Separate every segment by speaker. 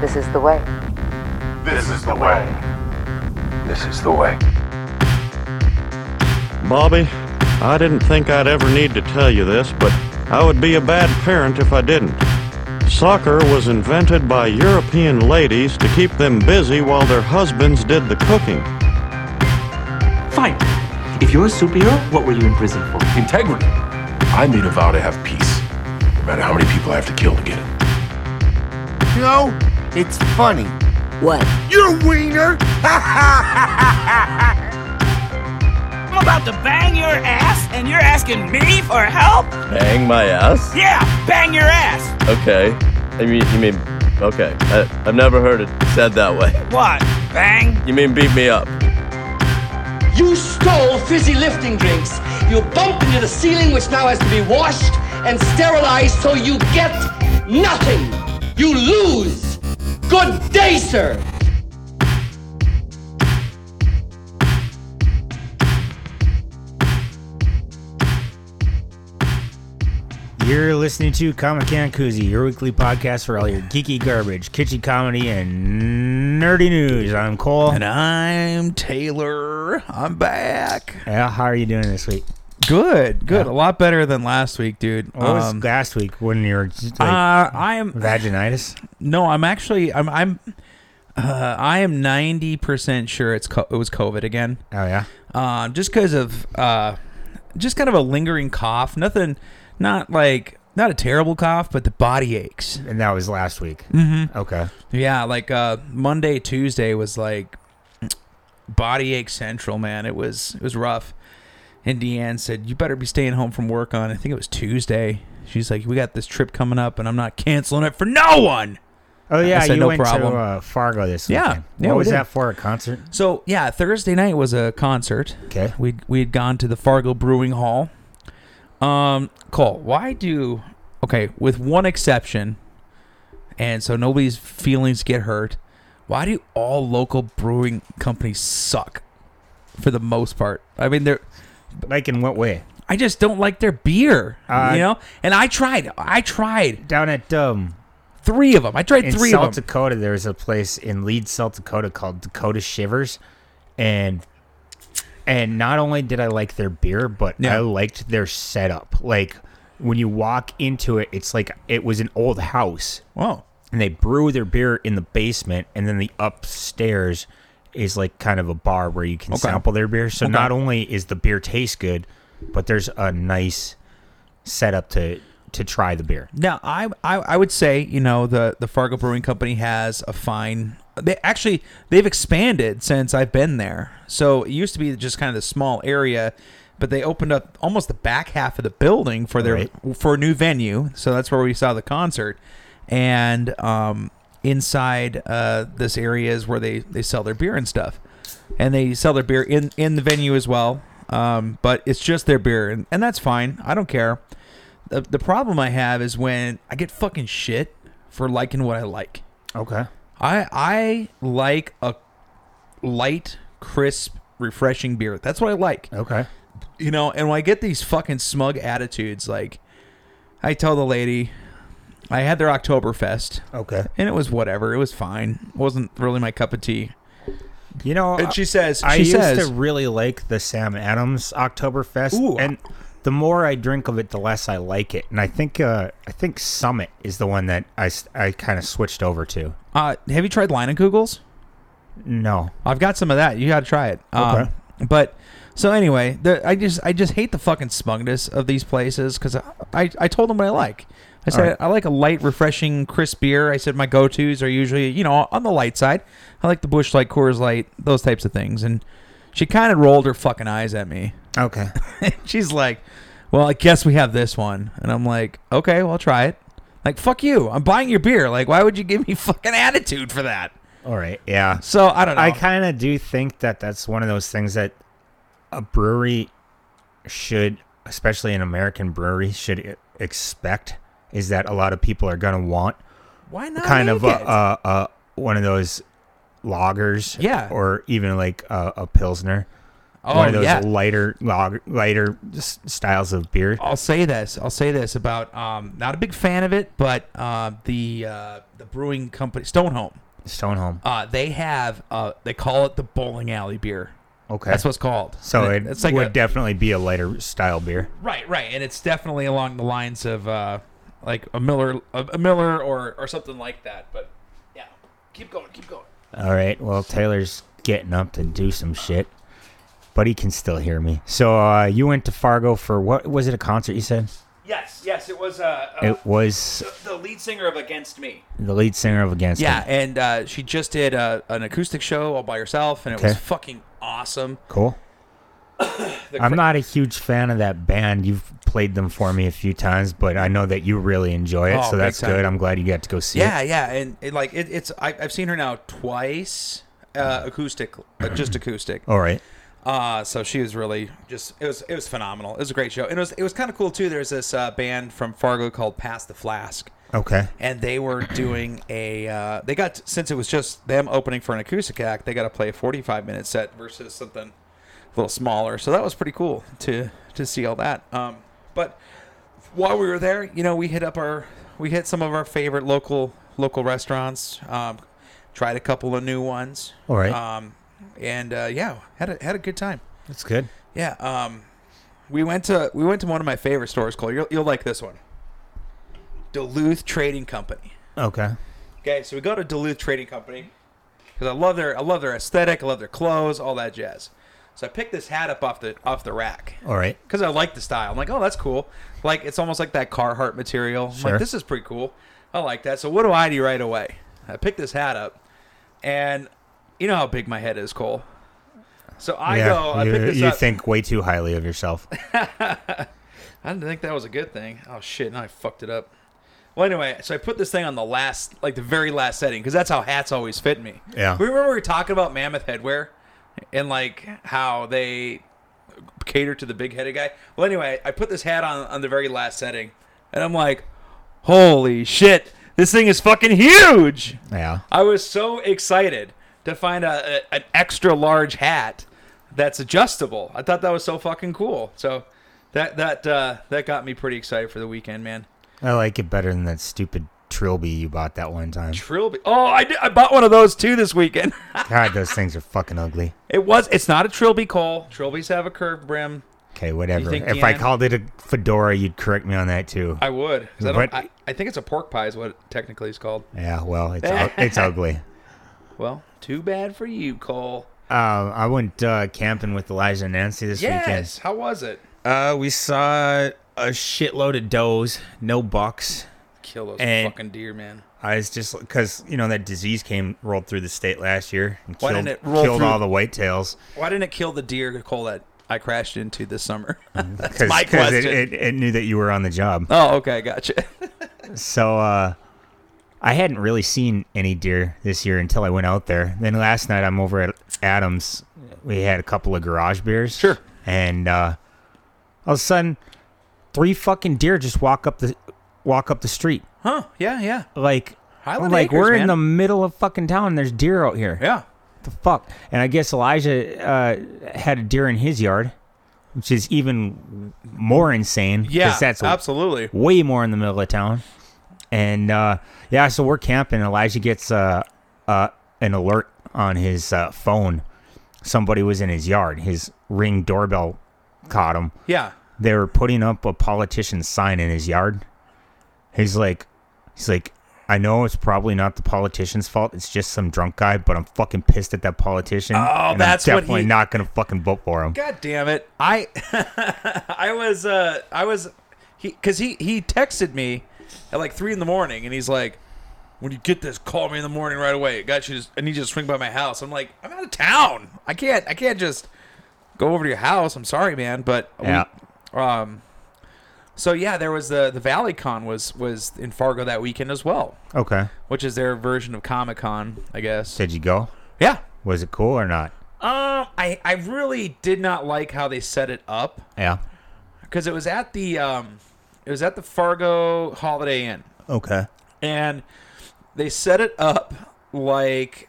Speaker 1: This is the way.
Speaker 2: This is the way. This is the way.
Speaker 3: Bobby, I didn't think I'd ever need to tell you this, but I would be a bad parent if I didn't. Soccer was invented by European ladies to keep them busy while their husbands did the cooking.
Speaker 4: Fine. If you're a superhero, what were you in prison for?
Speaker 2: Integrity. I made a vow to have peace, no matter how many people I have to kill to get it.
Speaker 5: You know, it's funny.
Speaker 1: What?
Speaker 5: You're a wiener!
Speaker 6: I'm about to bang your ass, and you're asking me for help?
Speaker 7: Bang my ass?
Speaker 6: Yeah, bang your ass.
Speaker 7: Okay. I mean, you mean, okay. I, I've never heard it said that way.
Speaker 6: What? Bang?
Speaker 7: You mean beat me up?
Speaker 8: You stole fizzy lifting drinks. You bumped into the ceiling, which now has to be washed and sterilized, so you get nothing. You lose. Good day, sir.
Speaker 9: You're listening to Comic Can Koozie, your weekly podcast for all your geeky garbage, kitschy comedy, and nerdy news. I'm Cole.
Speaker 10: And I'm Taylor. I'm back.
Speaker 9: Yeah, how are you doing this week?
Speaker 10: Good, good. A lot better than last week, dude.
Speaker 9: What was
Speaker 10: Um,
Speaker 9: last week when you were just, like,
Speaker 10: uh, I am
Speaker 9: vaginitis?
Speaker 10: no, I'm actually I'm I'm uh, I am 90% sure it's co- it was COVID again.
Speaker 9: Oh yeah,
Speaker 10: Um just cuz of uh just kind of a lingering cough. Nothing not like not a terrible cough, but the body aches.
Speaker 9: and that was last week. Mm-hmm. Okay.
Speaker 10: Yeah, like uh Monday, Tuesday was like body ache central, man. It was it was rough. And Deanne said, You better be staying home from work on I think it was Tuesday. She's like, We got this trip coming up and I'm not canceling it for no one.
Speaker 9: Oh yeah,
Speaker 10: said
Speaker 9: you
Speaker 10: no
Speaker 9: went
Speaker 10: problem.
Speaker 9: to uh, Fargo this
Speaker 10: Yeah.
Speaker 9: weekend.
Speaker 10: Yeah,
Speaker 9: what
Speaker 10: we
Speaker 9: was
Speaker 10: did.
Speaker 9: that for? A concert?
Speaker 10: So yeah, Thursday night was a concert.
Speaker 9: Okay.
Speaker 10: We we had gone to the Fargo Brewing Hall. Um, Cole, why do okay with one exception, and so nobody's feelings get hurt. Why do all local brewing companies suck? For the most part, I mean, they're
Speaker 9: Like in what way?
Speaker 10: I just don't like their beer,
Speaker 9: Uh,
Speaker 10: you know. And I tried, I tried
Speaker 9: Down at um,
Speaker 10: three of them. I tried
Speaker 9: in
Speaker 10: three
Speaker 9: South
Speaker 10: of them.
Speaker 9: Dakota, there's a place in Leeds, South Dakota called Dakota Shivers, and and not only did I like their beer, but
Speaker 10: Yeah.
Speaker 9: I liked their setup. Like when you walk into it, it's like it was an old house,
Speaker 10: Whoa,
Speaker 9: and they brew their beer in the basement, and then the upstairs is like kind of a bar where you can
Speaker 10: Okay.
Speaker 9: sample their beer. So not only is the beer taste good, but there's a nice setup to to try the beer.
Speaker 10: Now, I, I I would say you know the the Fargo Brewing Company has a fine. They actually they've expanded since I've been there. So it used to be just kind of the small area, but they opened up almost the back half of the building for their
Speaker 9: Right.
Speaker 10: for a new venue. So that's where we saw the concert, and um, inside uh, this area is where they they sell their beer and stuff, and they sell their beer in in the venue as well. Um, but it's just their beer, and, and that's fine. I don't care the, the problem I have is when I get fucking shit for liking what I like.
Speaker 9: Okay.
Speaker 10: I I like a light, crisp, refreshing beer. That's what I like.
Speaker 9: Okay.
Speaker 10: You know, and when I get these fucking smug attitudes, like I tell the lady I had their Oktoberfest
Speaker 9: Okay.
Speaker 10: and it was whatever. It was fine. It wasn't really my cup of tea.
Speaker 9: You know,
Speaker 10: And she says
Speaker 9: I
Speaker 10: she
Speaker 9: used
Speaker 10: says
Speaker 9: to really like the Sam Adams Oktoberfest,
Speaker 10: Ooh.
Speaker 9: and the more I drink of it, the less I like it. And I think uh, I think Summit is the one that I, s- I kind of switched over to.
Speaker 10: uh, have you tried Leinenkugels?
Speaker 9: No,
Speaker 10: I've got some of that. You got to try it. Um,
Speaker 9: Okay.
Speaker 10: But so anyway, the, I just I just hate the fucking smugness of these places because I, I I told them what I like. I said
Speaker 9: All right.
Speaker 10: I like a light, refreshing, crisp beer. I said my go tos are usually you know on the light side. I like the Bush Light, Coors Light, those types of things. And she kind of rolled her fucking eyes at me.
Speaker 9: okay,
Speaker 10: She's like, "Well, I guess we have this one." And I'm like, "Okay, well, I'll try it." Like, fuck you. I'm buying your beer. Like, why would you give me fucking attitude for that?
Speaker 9: all right, yeah.
Speaker 10: So I don't know.
Speaker 9: I kind of do think that that's one of those things that a brewery should, especially an American brewery, should e- expect is that a lot of people are going to want
Speaker 10: why not?
Speaker 9: kind of a,
Speaker 10: make it?
Speaker 9: uh uh one of those loggers
Speaker 10: Yeah.
Speaker 9: or even like a, a pilsner
Speaker 10: Oh,
Speaker 9: one of those
Speaker 10: yeah.
Speaker 9: lighter log, lighter s- styles of beer.
Speaker 10: I'll say this. I'll say this about um, not a big fan of it, but uh, the uh, the brewing company Stonehome.
Speaker 9: Stoneholm.
Speaker 10: Uh, they have uh, they call it the bowling alley beer.
Speaker 9: Okay.
Speaker 10: That's what it's called.
Speaker 9: So
Speaker 10: And
Speaker 9: it,
Speaker 10: it's like
Speaker 9: would
Speaker 10: a,
Speaker 9: definitely be a lighter style beer.
Speaker 10: right, right, and it's definitely along the lines of uh, like a Miller, a, a Miller, or or something like that. But yeah, keep going, keep going.
Speaker 9: All right. Well, Taylor's getting up to do some shit, but he can still hear me. So uh, you went to Fargo for what was it? A concert? You said
Speaker 6: Yes, yes, it was uh, uh,
Speaker 9: it was
Speaker 6: the lead singer of Against Me.
Speaker 9: the lead singer of Against.
Speaker 10: Yeah,
Speaker 9: It.
Speaker 10: and uh, she just did uh an acoustic show all by herself, and it was
Speaker 9: Okay.
Speaker 10: fucking awesome.
Speaker 9: Cool.
Speaker 10: The
Speaker 9: I'm
Speaker 10: cra-
Speaker 9: not a huge fan of that band. You've played them for me a few times, but I know that you really enjoy it,
Speaker 10: Oh,
Speaker 9: so
Speaker 10: big
Speaker 9: that's
Speaker 10: time.
Speaker 9: good. I'm glad you got to go see
Speaker 10: Yeah,
Speaker 9: it.
Speaker 10: yeah, and it, like it, it's I, I've seen her now twice, uh, acoustic, uh, just acoustic.
Speaker 9: All right.
Speaker 10: Uh, so she was really just it was it was phenomenal. It was a great show, and it was it was kind of cool too. There's this uh, band from Fargo called Pass the Flask,
Speaker 9: Okay.
Speaker 10: and they were doing a uh, they got since it was just them opening for an acoustic act, they got to play a 45 minute set versus something a little smaller. So that was pretty cool to to see all that. Um, but while we were there, you know, we hit up our we hit some of our favorite local local restaurants. Um, tried a couple of new ones.
Speaker 9: All right.
Speaker 10: Um, and uh, yeah, had a had a good time.
Speaker 9: That's good.
Speaker 10: Yeah. Um, we went to we went to one of my favorite stores, Cole. You'll, you'll like this one, Duluth Trading Company.
Speaker 9: Okay.
Speaker 10: Okay, so we go to Duluth Trading Company because I love their I love their aesthetic, I love their clothes, all that jazz. So I picked this hat up off the off the rack
Speaker 9: All right.
Speaker 10: because I like the style. I'm like, oh, that's cool. Like it's almost like that Carhartt material. I'm
Speaker 9: Sure.
Speaker 10: like, this is pretty cool. I like that. So what do I do right away? I pick this hat up, and you know how big my head is, Cole. So I
Speaker 9: yeah.
Speaker 10: go. I
Speaker 9: you
Speaker 10: pick this
Speaker 9: you
Speaker 10: up.
Speaker 9: think way too highly of yourself.
Speaker 10: I didn't think that was a good thing. Oh shit! Now I fucked it up. Well, anyway, so I put this thing on the last, like the very last setting, because that's how hats always fit me.
Speaker 9: Yeah.
Speaker 10: We remember we were talking about mammoth headwear, and like how they cater to the big headed guy. Well, anyway, I put this hat on on the very last setting, and I'm like, holy shit, this thing is fucking huge.
Speaker 9: yeah.
Speaker 10: I was so excited to find a, a- an extra large hat that's adjustable. I thought that was so fucking cool. So that that uh, that got me pretty excited for the weekend, man.
Speaker 9: I like it better than that stupid trilby you bought that one time.
Speaker 10: Trilby. Oh, I did, I bought one of those too this weekend.
Speaker 9: God, those things are fucking ugly.
Speaker 10: it was. It's not a Trilby, Cole. Trilbies have a curved brim.
Speaker 9: Okay, whatever.
Speaker 10: think
Speaker 9: If I
Speaker 10: Deanne-
Speaker 9: called it a fedora, you'd correct me on that too.
Speaker 10: I would. 'cause I,
Speaker 9: But-
Speaker 10: don't, I, I think it's a pork pie is what it technically is called.
Speaker 9: yeah, well, it's u- it's ugly.
Speaker 10: Well, too bad for you, Cole.
Speaker 9: Uh, I went uh, camping with Elijah and Nancy this
Speaker 10: Yes. How was it?
Speaker 9: weekend. Uh, we saw a shitload of does, no bucks.
Speaker 10: Kill those
Speaker 9: And-
Speaker 10: fucking deer, man.
Speaker 9: I was just because you know that disease came rolled through the state last year and
Speaker 10: Why
Speaker 9: killed,
Speaker 10: didn't it roll
Speaker 9: killed
Speaker 10: through-
Speaker 9: all the whitetails.
Speaker 10: Why didn't it kill the deer, Cole? That I crashed into this summer.
Speaker 9: Because
Speaker 10: my
Speaker 9: it,
Speaker 10: question.
Speaker 9: it, it knew that you were on the job.
Speaker 10: Oh, okay, gotcha.
Speaker 9: So uh, I hadn't really seen any deer this year until I went out there. Then last night I'm over at Adams. We had a couple of garage beers.
Speaker 10: Sure.
Speaker 9: And uh, all of a sudden, three fucking deer just walk up the walk up the street.
Speaker 10: Huh? Yeah, yeah,
Speaker 9: Like
Speaker 10: Highland
Speaker 9: I'm like
Speaker 10: Acres,
Speaker 9: we're in
Speaker 10: man.
Speaker 9: the middle of fucking town. and There's deer out here.
Speaker 10: yeah.
Speaker 9: the fuck? And I guess Elijah uh, had a deer in his yard, which is even more insane. 'cause
Speaker 10: Yeah,
Speaker 9: that's
Speaker 10: absolutely.
Speaker 9: way more in the middle of town. And uh, yeah, so we're camping. Elijah gets uh, uh, an alert on his uh, phone. Somebody was in his yard. His ring doorbell caught him.
Speaker 10: Yeah.
Speaker 9: They were putting up a politician's sign in his yard. He's like, he's like, I know it's probably not the politician's fault. It's just some drunk guy, but I'm fucking pissed at that politician. Oh,
Speaker 10: that's
Speaker 9: I'm
Speaker 10: what
Speaker 9: definitely
Speaker 10: he-
Speaker 9: not gonna fucking vote for him.
Speaker 10: God damn it! I, I was, uh, I was, he, cause he he texted me at like three in the morning, and he's like, "When you get this, call me in the morning right away. I got you. To, I need you to swing by my house." I'm like, "I'm out of town. I can't. I can't just go over to your house. I'm sorry, man, but we-
Speaker 9: Yeah.
Speaker 10: um." So yeah, there was the the Valley Con was was in Fargo that weekend as well.
Speaker 9: Okay.
Speaker 10: which is their version of Comic Con, I guess.
Speaker 9: Did you go?
Speaker 10: Yeah.
Speaker 9: Was it cool or not?
Speaker 10: Um, I I really did not like how they set it up
Speaker 9: Yeah.
Speaker 10: because it was at the um, it was at the Fargo Holiday Inn,
Speaker 9: Okay.
Speaker 10: and they set it up like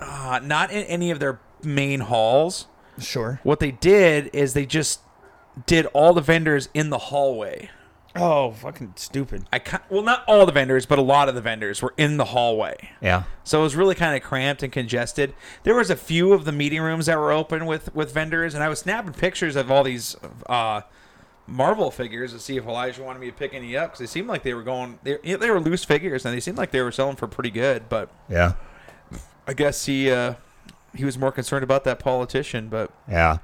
Speaker 10: uh, not in any of their main halls.
Speaker 1: Sure.
Speaker 10: What they did is they just did all the vendors in the hallway.
Speaker 1: Oh, fucking stupid.
Speaker 10: I ki- well, not all the vendors, but a lot of the vendors were in the hallway.
Speaker 9: Yeah.
Speaker 10: So it was really kind of cramped and congested. There was a few of the meeting rooms that were open with with vendors, and I was snapping pictures of all these uh, Marvel figures to see if Elijah wanted me to pick any up because they seemed like they were going. They, you know, they were loose figures, and they seemed like they were selling for pretty good. But
Speaker 9: Yeah.
Speaker 10: I guess he uh, he was more concerned about that politician. But,
Speaker 9: Yeah.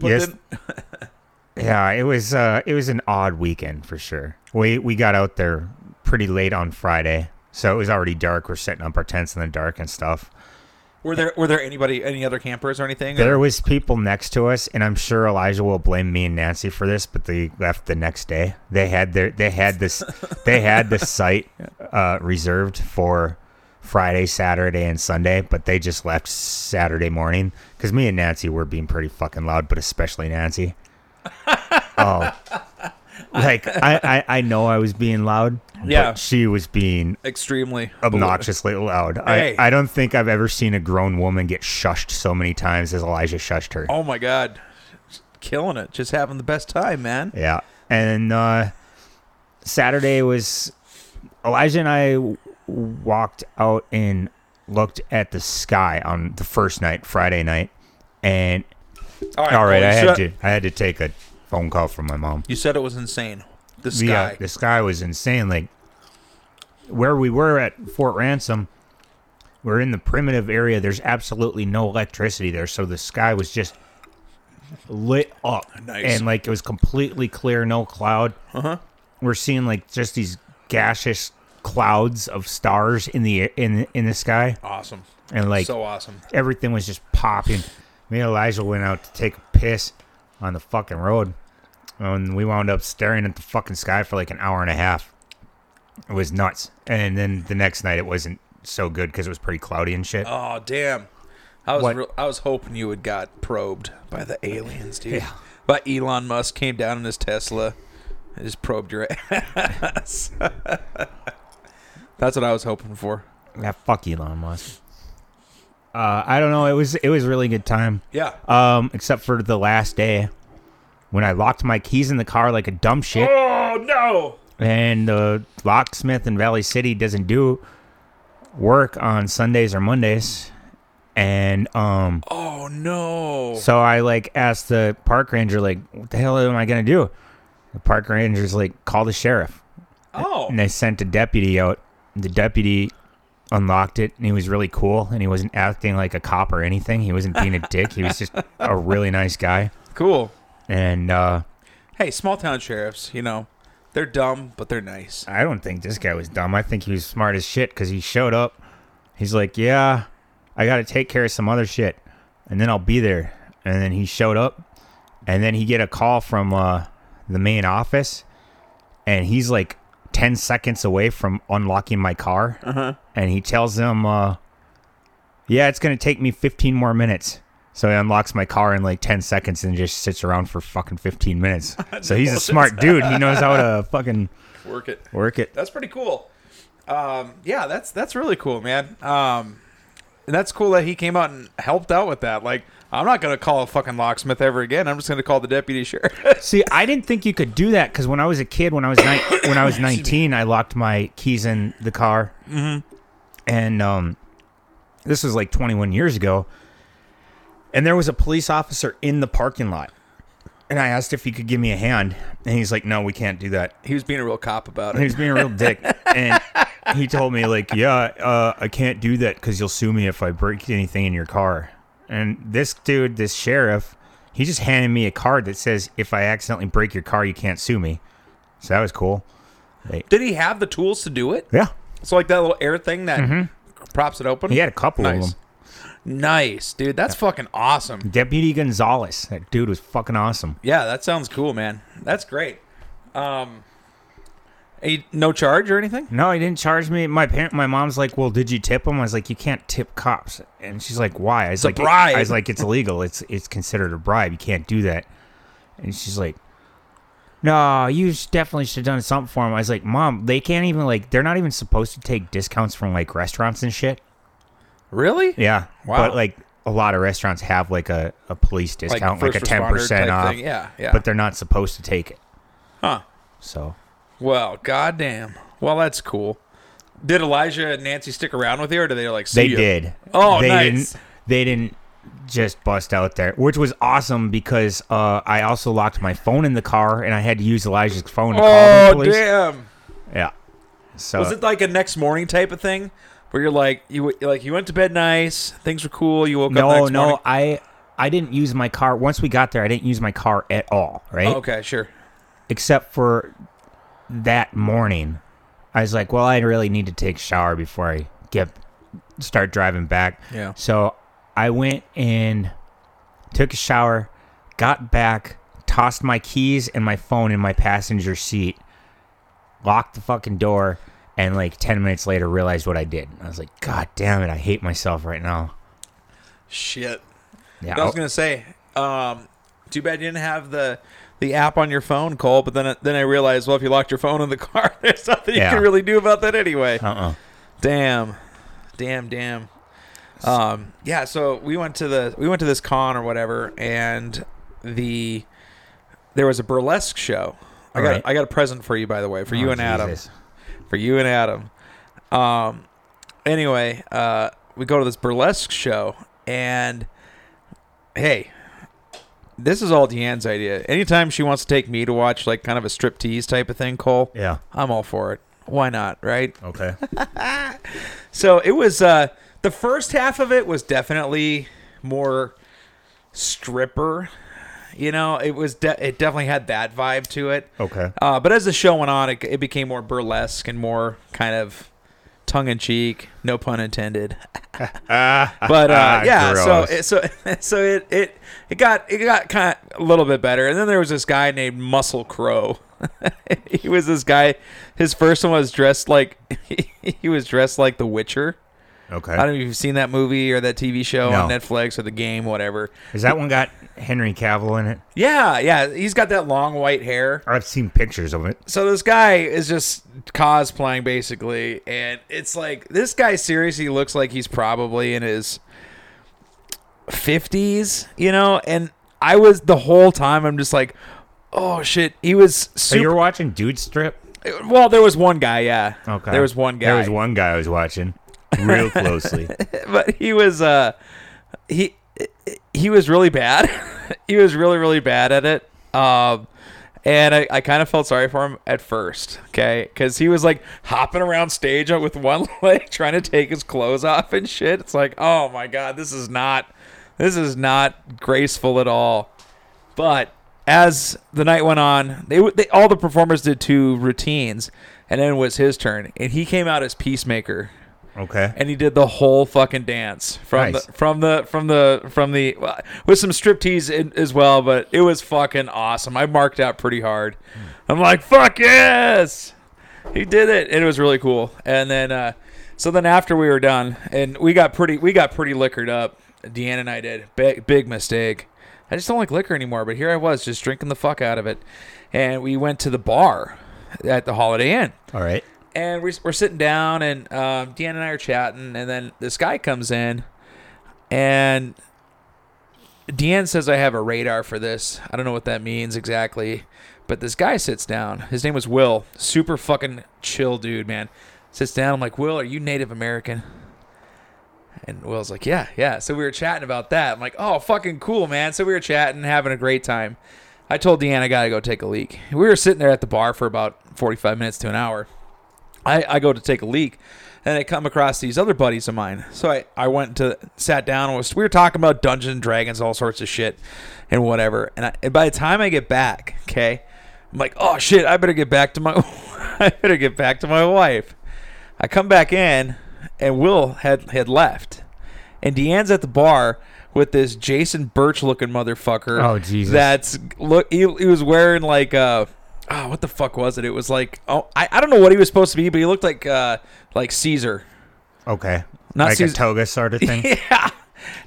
Speaker 10: but
Speaker 9: Yes.
Speaker 10: then-
Speaker 9: Yeah, it was uh, it was an odd weekend for sure. We we got out there pretty late on Friday, so it was already dark. We're setting up our tents in the dark and stuff.
Speaker 10: were there were there anybody any other campers or anything? or-
Speaker 9: There was people next to us, and I'm sure Elijah will blame me and Nancy for this, but they left the next day. They had their they had this they had the site uh, reserved for Friday, Saturday, and Sunday, but they just left Saturday morning because me and Nancy were being pretty fucking loud, but especially Nancy. oh, like I, I I know I was being loud.
Speaker 10: Yeah.
Speaker 9: but she was being
Speaker 10: extremely
Speaker 9: obnoxiously loud.
Speaker 10: Hey.
Speaker 9: I, I don't think I've ever seen a grown woman get shushed so many times as Elijah shushed her.
Speaker 10: Oh my god, killing it! Just having the best time, man.
Speaker 9: Yeah. And uh, Saturday was Elijah and I w- walked out and looked at the sky on the first night, Friday night, and
Speaker 10: All right,
Speaker 9: all right, I
Speaker 10: holy
Speaker 9: had
Speaker 10: shit.
Speaker 9: to I had to take a phone call from my mom.
Speaker 10: You said it was insane. The sky.
Speaker 9: The, uh, the sky was insane. Like where we were at Fort Ransom, we're in the primitive area. There's absolutely no electricity there, so the sky was just lit up,
Speaker 10: Nice.
Speaker 9: and like it was completely clear, no cloud. Uh-huh. We're seeing like just these gaseous clouds of stars in the in in the sky,
Speaker 10: awesome.
Speaker 9: and like
Speaker 10: so awesome.
Speaker 9: everything was just popping. Me and Elijah went out to take a piss on the fucking road, and we wound up staring at the fucking sky for like an hour and a half. It was nuts. And then the next night, it wasn't so good because it was pretty cloudy and shit.
Speaker 10: Oh damn. I was
Speaker 9: What?
Speaker 10: real, I was hoping you had got probed by the aliens, dude. By Elon Musk came down in his Tesla and just probed your ass. That's what I was hoping for.
Speaker 9: Yeah, fuck Elon Musk. Uh, I don't know. It was it was a really good time.
Speaker 10: Yeah.
Speaker 9: Um, except for the last day when I locked my keys in the car like a dumb shit.
Speaker 10: Oh no.
Speaker 9: and the locksmith in Valley City doesn't do work on Sundays or Mondays. And um,
Speaker 10: Oh no.
Speaker 9: so I like asked the park ranger, like, what the hell am I gonna do? The park ranger's like, call the sheriff,
Speaker 10: Oh.
Speaker 9: and they sent a deputy out. The deputy unlocked it, and he was really cool, and he wasn't acting like a cop or anything. He wasn't being a dick. He was just a really nice guy,
Speaker 10: Cool.
Speaker 9: and uh,
Speaker 10: Hey, small town sheriffs, you know, they're dumb, but they're nice.
Speaker 9: I don't think this guy was dumb. I think he was smart as shit because he showed up. He's like, yeah, I got to take care of some other shit, and then I'll be there. And then he showed up, and then he get a call from uh, the main office, and he's like ten seconds away from unlocking my car, and he tells them, uh, yeah, it's gonna take me fifteen more minutes. So he unlocks my car in like ten seconds and just sits around for fucking fifteen minutes. So he's a smart dude. He knows how to fucking
Speaker 10: Work it.
Speaker 9: work it.
Speaker 10: That's pretty cool. Um, yeah, that's that's really cool, man. Um, and that's cool that he came out and helped out with that. Like, I'm not gonna call a fucking locksmith ever again. I'm just gonna call the deputy sheriff.
Speaker 9: See, I didn't think you could do that because when I was a kid, when I was nine when I was nineteen, I locked my keys in the car, mm-hmm. and um, this was like twenty one years ago, and there was a police officer in the parking lot, and I asked if he could give me a hand, and he's like, "No, we can't do that."
Speaker 10: he was being a real cop about
Speaker 9: And he
Speaker 10: it.
Speaker 9: was being a real dick, and he told me like, "Yeah, uh, I can't do that because you'll sue me if I break anything in your car." And this dude, this sheriff, he just handed me a card that says, "If I accidentally break your car, you can't sue me." So that was cool.
Speaker 10: Did he have the tools to do it?
Speaker 9: Yeah,
Speaker 10: So like that little air thing that props it open.
Speaker 9: Mm-hmm. he had a couple
Speaker 10: nice.
Speaker 9: of them.
Speaker 10: Nice, dude. That's fucking awesome.
Speaker 9: Deputy Gonzalez, that dude was fucking awesome.
Speaker 10: Yeah, that sounds cool, man. That's great. Um, a, no charge or anything.
Speaker 9: No, he didn't charge me. My parent, my mom's like, "Well, did you tip him?" I was like, "You can't tip cops," and she's like, "Why?" I was like,
Speaker 10: bribe.
Speaker 9: I was like, "It's illegal. It's it's considered a bribe. You can't do that." And she's like, "No, you sh- definitely should have done something for him." I was like, "Mom, they can't even like they're not even supposed to take discounts from like restaurants and shit."
Speaker 10: Really?
Speaker 9: Yeah,
Speaker 10: Wow.
Speaker 9: but like a lot of restaurants have like a, a police discount, like,
Speaker 10: first
Speaker 9: a ten
Speaker 10: responder type
Speaker 9: percent off.
Speaker 10: thing. Yeah, yeah.
Speaker 9: But they're not supposed to take it.
Speaker 10: Huh.
Speaker 9: So
Speaker 10: Well, goddamn. Well, that's cool. Did Elijah and Nancy stick around with you, or did they like? See
Speaker 9: they
Speaker 10: ya?
Speaker 9: did.
Speaker 10: Oh,
Speaker 9: they
Speaker 10: nice.
Speaker 9: didn't. They didn't just bust out there, which was awesome because uh, I also locked my phone in the car and I had to use Elijah's phone to call the
Speaker 10: Oh
Speaker 9: police.
Speaker 10: damn!
Speaker 9: Yeah. So
Speaker 10: Was it like a next morning type of thing, where you're like you w- like you went to bed nice, things were cool, you woke up.
Speaker 9: no,
Speaker 10: next
Speaker 9: no,
Speaker 10: morning-
Speaker 9: I I didn't use my car. Once we got there, I didn't use my car at all. Right.
Speaker 10: Oh, okay, sure.
Speaker 9: except for that morning. I was like, well, I really need to take a shower before I get start driving back.
Speaker 10: Yeah.
Speaker 9: So I went and took a shower, got back, tossed my keys and my phone in my passenger seat, locked the fucking door, and like ten minutes later realized what I did. I was like, God damn it, I hate myself right now.
Speaker 10: Shit.
Speaker 9: Yeah.
Speaker 10: I was
Speaker 9: I'll-
Speaker 10: gonna say, um, too bad you didn't have the the app on your phone, Cole. But then then I realized, well, if you locked your phone in the car, there's nothing
Speaker 9: Yeah.
Speaker 10: you can really do about that anyway.
Speaker 9: uh-uh.
Speaker 10: Damn, damn, damn. Um, yeah. So we went to the we went to this con or whatever, and the there was a burlesque show. I got
Speaker 9: Alright.
Speaker 10: I got a present for you, by the way, for you
Speaker 9: Oh,
Speaker 10: and Adam,
Speaker 9: Jesus.
Speaker 10: for you and Adam. Um, anyway, uh, we go to this burlesque show, and hey, this is all Deanne's idea. Anytime she wants to take me to watch like kind of a striptease type of thing, Cole.
Speaker 9: Yeah.
Speaker 10: I'm all for it. Why not, right?
Speaker 9: Okay.
Speaker 10: So it was uh the first half of it was definitely more stripper. You know, it was de- it definitely had that vibe to it.
Speaker 9: Okay.
Speaker 10: Uh, but as the show went on, it, it became more burlesque and more kind of tongue in cheek, no pun intended. but uh, yeah, so
Speaker 9: Ah, gross.
Speaker 10: it, so so it, it it got it got kind of a little bit better. And then there was this guy named Muscle Crow. he was this guy. His first one was dressed like he was dressed like The Witcher.
Speaker 9: Okay.
Speaker 10: I don't know if you've seen that movie or that TV show on
Speaker 9: No.
Speaker 10: Netflix or the game, whatever.
Speaker 9: Is that one got Henry Cavill in it?
Speaker 10: Yeah, yeah, he's got that long white hair.
Speaker 9: I've seen pictures of it.
Speaker 10: so this guy is just cosplaying basically and it's like this guy seriously looks like he's probably in his 50s you know and i was the whole time i'm just like oh shit he was
Speaker 9: So you were
Speaker 10: super
Speaker 9: watching Dude Strip?
Speaker 10: well there was one guy yeah
Speaker 9: Okay.
Speaker 10: there was one guy
Speaker 9: There was one guy I was watching real closely.
Speaker 10: but he was uh he he was really bad he was really really bad at it um and I, I kind of felt sorry for him at first, okay? Because he was like hopping around stage with one leg, trying to take his clothes off and shit. It's like, oh my god, this is not, this is not graceful at all. But as the night went on, they, w- they all the performers did two routines, and then it was his turn, and he came out as peacemaker
Speaker 9: Okay.
Speaker 10: and he did the whole fucking dance from
Speaker 9: Nice.
Speaker 10: the from the from the from the well, with some striptease in, as well, but it was fucking awesome. I marked out pretty hard. I'm like, fuck yes, he did it, and it was really cool. And then uh, so then after we were done, and we got pretty we got pretty liquored up. Deanna and I did big big mistake. I just don't like liquor anymore, but here I was just drinking the fuck out of it, and we went to the bar at the Holiday Inn
Speaker 9: All right.
Speaker 10: and we're, we're sitting down and um, Deanna and I are chatting and then this guy comes in and Deanne says I have a radar for this. I don't know what that means exactly, but this guy sits down. His name was Will, super fucking chill dude, man. Sits down. I'm like, Will, are you Native American? And Will's like, yeah, yeah. So we were chatting about that. I'm like, oh, fucking cool, man. So we were chatting, having a great time. I told Deanne I gotta go take a leak. We were sitting there at the bar for about 45 minutes to an hour. I, I go to take a leak and I come across these other buddies of mine. So I, I went to sat down and was we were talking about Dungeons and Dragons, all sorts of shit and whatever. And, I, and by the time I get back, okay, I'm like, oh shit, I better get back to my I better get back to my wife. I come back in and Will had had left. And Deanne's at the bar with this Jason Birch looking motherfucker.
Speaker 9: Oh, Jesus.
Speaker 10: That's look he, he was wearing like uh oh what the fuck was it? It was like oh I, I don't know what he was supposed to be, but he looked like uh like Caesar.
Speaker 9: Okay.
Speaker 10: Not
Speaker 9: like
Speaker 10: season-
Speaker 9: a toga sort of thing.
Speaker 10: Yeah.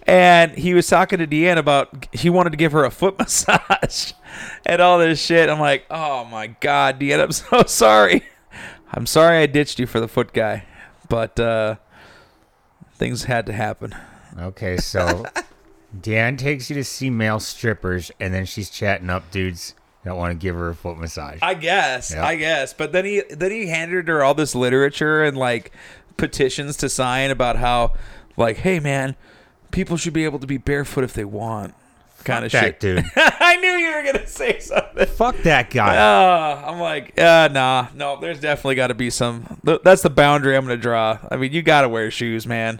Speaker 10: And he was talking to Deanne about he wanted to give her a foot massage and all this shit. I'm like, oh my God, Deanne, I'm so sorry. I'm sorry I ditched you for the foot guy, but uh, things had to happen.
Speaker 9: Okay, so Dan takes you to see male strippers, and then she's chatting up dudes that want to give her a foot massage.
Speaker 10: I guess,
Speaker 9: Yeah.
Speaker 10: I guess. But then he then he handed her all this literature and like petitions to sign about how like, hey man, people should be able to be barefoot if they want. Kind of
Speaker 9: that
Speaker 10: shit.
Speaker 9: dude.
Speaker 10: I knew you were gonna say something.
Speaker 9: Fuck that guy.
Speaker 10: Uh, I'm like, uh, nah, no. There's definitely got to be some. th- That's the boundary I'm gonna draw. I mean, you gotta wear shoes, man.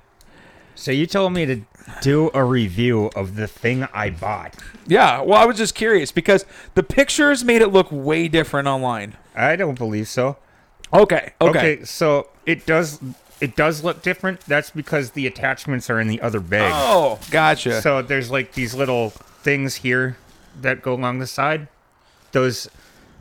Speaker 9: So you told me to do a review of the thing I bought.
Speaker 10: Yeah. Well, I was just curious because the pictures made it look way different online.
Speaker 9: I don't believe so.
Speaker 10: Okay. Okay.
Speaker 9: Okay, so it does it does look different. That's because the attachments are in the other bag.
Speaker 10: Oh, gotcha.
Speaker 9: So there's like these little things here that go along the side. Those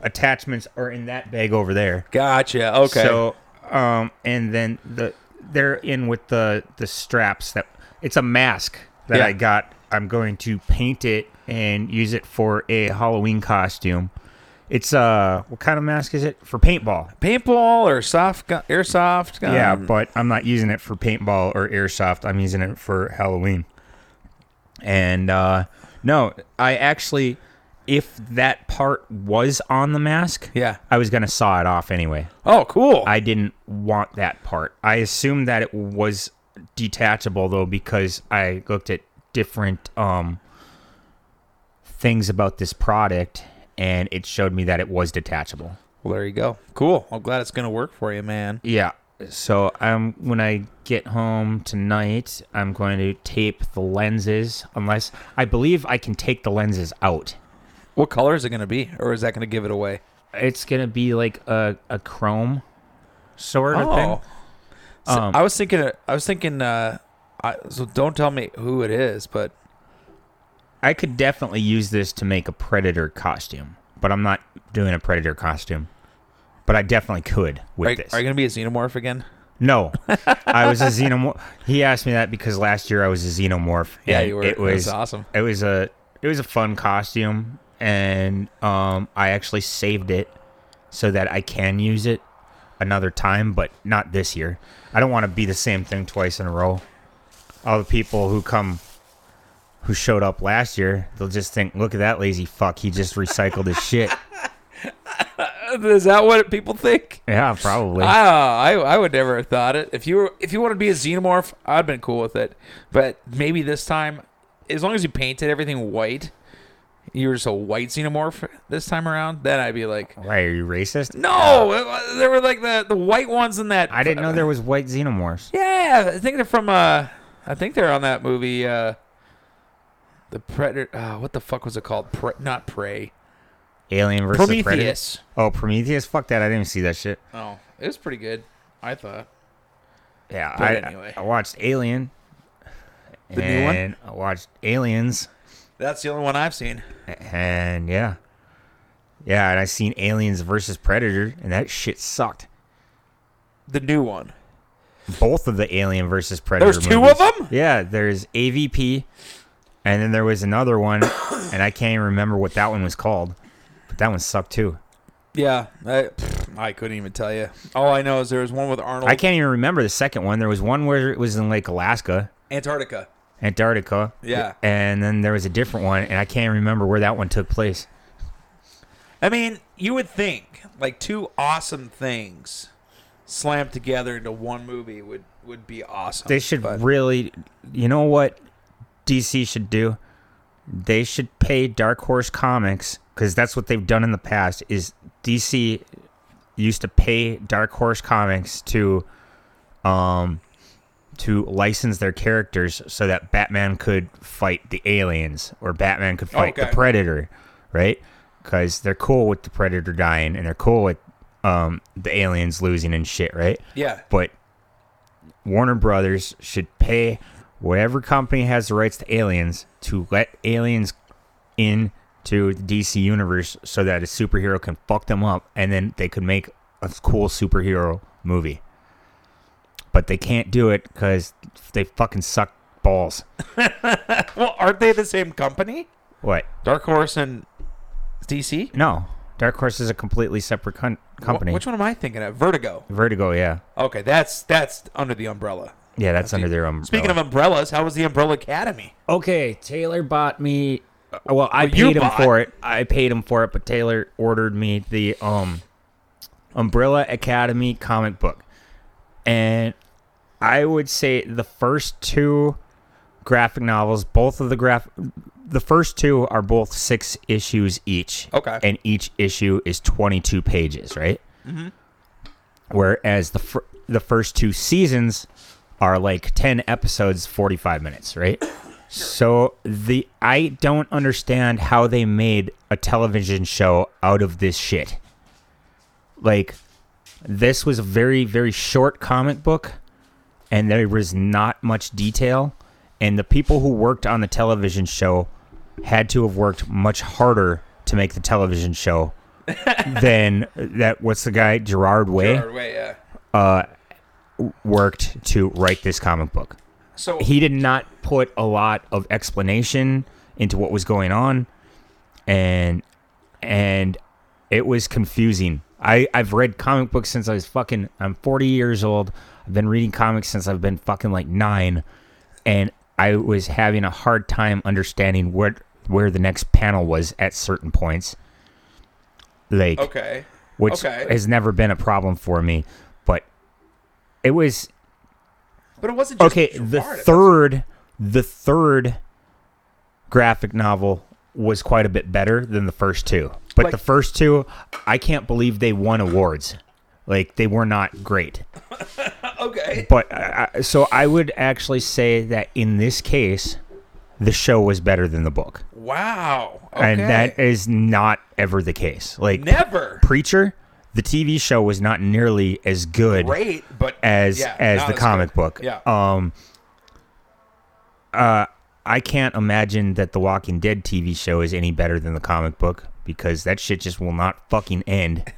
Speaker 9: attachments are in that bag over there.
Speaker 10: gotcha. Okay.
Speaker 9: So um and then the they're in with the the straps that it's a mask that
Speaker 10: Yeah.
Speaker 9: I got. I'm going to paint it and use it for a Halloween costume. It's uh what kind of mask is it? For paintball.
Speaker 10: paintball or soft gun, airsoft gun.
Speaker 9: Yeah, but I'm not using it for paintball or airsoft. I'm using it for Halloween. And uh, no, I actually, if that part was on the mask,
Speaker 10: Yeah.
Speaker 9: I was gonna saw it off anyway.
Speaker 10: Oh, cool.
Speaker 9: I didn't want that part. I assumed that it was detachable though because I looked at different um things about this product and it showed me that it was detachable.
Speaker 10: well, there you go. Cool. I'm glad it's gonna work for you, man.
Speaker 9: Yeah. So I'm when I get home tonight, I'm going to tape the lenses unless I believe I can take the lenses out.
Speaker 10: What color is it gonna be, or is that gonna give it away?
Speaker 9: It's gonna be like a, a chrome sort of thing.
Speaker 10: Oh.
Speaker 9: Um,
Speaker 10: So I was thinking. I was thinking. Uh, I, so don't tell me who it is, but
Speaker 9: I could definitely use this to make a predator costume, but I'm not doing a predator costume. But I definitely could with
Speaker 10: are,
Speaker 9: this.
Speaker 10: are you gonna be a xenomorph again?
Speaker 9: No, I was a xenomorph. He asked me that because last year I was a xenomorph.
Speaker 10: Yeah,
Speaker 9: and
Speaker 10: you were.
Speaker 9: It was,
Speaker 10: That's awesome.
Speaker 9: It was a it was a fun costume, and um, I actually saved it so that I can use it another time, but not this year. I don't want to be the same thing twice in a row. All the people who come who showed up last year, they'll just think, "Look at that lazy fuck! He just recycled his shit."
Speaker 10: Is that what people think?
Speaker 9: Yeah, probably.
Speaker 10: Ah, I I would never have thought it. If you were, if you wanted to be a xenomorph, I'd been cool with it. But maybe this time, as long as you painted everything white, you were just a white xenomorph this time around. Then I'd be like,
Speaker 9: Why are you racist?
Speaker 10: no, it wa- there were like the the white ones in that.
Speaker 9: I didn't know there was white xenomorphs.
Speaker 10: Yeah, I think they're from. Uh, I think they're on that movie. Uh, the predator. Uh, what the fuck was it called? Pre- not prey.
Speaker 9: Alien versus Predator?
Speaker 10: Prometheus.
Speaker 9: Oh, Prometheus! Fuck that! I didn't even see that shit.
Speaker 10: Oh, it was pretty good. I thought.
Speaker 9: Yeah,
Speaker 10: But
Speaker 9: I,
Speaker 10: anyway.
Speaker 9: I watched Alien.
Speaker 10: The new one?
Speaker 9: and I watched Aliens,
Speaker 10: That's the only one I've seen.
Speaker 9: and yeah, yeah, and I seen Aliens versus Predator, and that shit sucked.
Speaker 10: The new one.
Speaker 9: Both of the Alien versus Predator.
Speaker 10: There's two
Speaker 9: movies.
Speaker 10: of 'em?
Speaker 9: Yeah, there's AVP, and then there was another one, and I can't even remember what that one was called, but that one sucked too.
Speaker 10: Yeah, I, pfft, I couldn't even tell you. All I know is there was one with Arnold.
Speaker 9: I can't even remember the second one. There was one where it was in like Alaska.
Speaker 10: Antarctica.
Speaker 9: Antarctica.
Speaker 10: Yeah.
Speaker 9: And then there was a different one, and I can't remember where that one took place.
Speaker 10: I mean, you would think like two awesome things slammed together into one movie would would be awesome.
Speaker 9: They should
Speaker 10: but-
Speaker 9: really, you know what DC should do? They should pay Dark Horse Comics because that's what they've done in the past. Is DC used to pay Dark Horse Comics to, um, to license their characters so that Batman could fight the aliens or Batman could fight
Speaker 10: Okay.
Speaker 9: the Predator, right? Because they're cool with the Predator dying and they're cool with um, the aliens losing and shit, right?
Speaker 10: yeah.
Speaker 9: but Warner Brothers should pay whatever company has the rights to aliens to let aliens in to the DC universe so that a superhero can fuck them up and then they could make a cool superhero movie. But they can't do it because they fucking suck balls.
Speaker 10: Well, aren't they the same company?
Speaker 9: What?
Speaker 10: Dark Horse and DC.
Speaker 9: No. Dark Horse is a completely separate con-
Speaker 10: Wh-
Speaker 9: company.
Speaker 10: which one am I thinking of? Vertigo.
Speaker 9: Vertigo, yeah.
Speaker 10: Okay, that's that's under the umbrella.
Speaker 9: Yeah, that's under their umbrella.
Speaker 10: Speaking of umbrellas, how was the Umbrella Academy?
Speaker 9: Okay, Taylor bought me. uh, Well, I
Speaker 10: you
Speaker 9: paid him
Speaker 10: bought-
Speaker 9: for it. I paid him for it, but Taylor ordered me the um, Umbrella Academy comic book, and I would say the first two graphic novels, both of the graph, the first two are both six issues each.
Speaker 10: Okay.
Speaker 9: and each issue is twenty-two pages, right? Whereas the fir- the first two seasons are like 10 episodes 45 minutes right so the i don't understand how they made a television show out of this shit like this was a very very short comic book and there was not much detail and the people who worked on the television show had to have worked much harder to make the television show than that what's the guy gerard way
Speaker 10: yeah.
Speaker 9: worked to write this comic book.
Speaker 10: So
Speaker 9: He did not put a lot of explanation into what was going on and and it was confusing. I, I've read comic books since I was fucking I'm 40 years old. I've been reading comics since I've been fucking like 9 and I was having a hard time understanding what where the next panel was at certain points. Like
Speaker 10: okay,
Speaker 9: which
Speaker 10: okay.
Speaker 9: has never been a problem for me, but it was
Speaker 10: but it wasn't just
Speaker 9: okay the
Speaker 10: Gerard.
Speaker 9: third the third graphic novel was quite a bit better than the first two but the first two i can't believe they won awards like they were not great
Speaker 10: Okay,
Speaker 9: but I, I- so i would actually say that in this case the show was better than the book
Speaker 10: wow,
Speaker 9: and
Speaker 10: Okay.
Speaker 9: that is not ever the case like
Speaker 10: never
Speaker 9: preacher the tv show was not nearly as good
Speaker 10: great, but
Speaker 9: as
Speaker 10: yeah,
Speaker 9: as
Speaker 10: not
Speaker 9: the comic
Speaker 10: good.
Speaker 9: book.
Speaker 10: Yeah,
Speaker 9: Um. Uh, I can't imagine that the Walking Dead TV show is any better than the comic book because that shit just will not fucking end.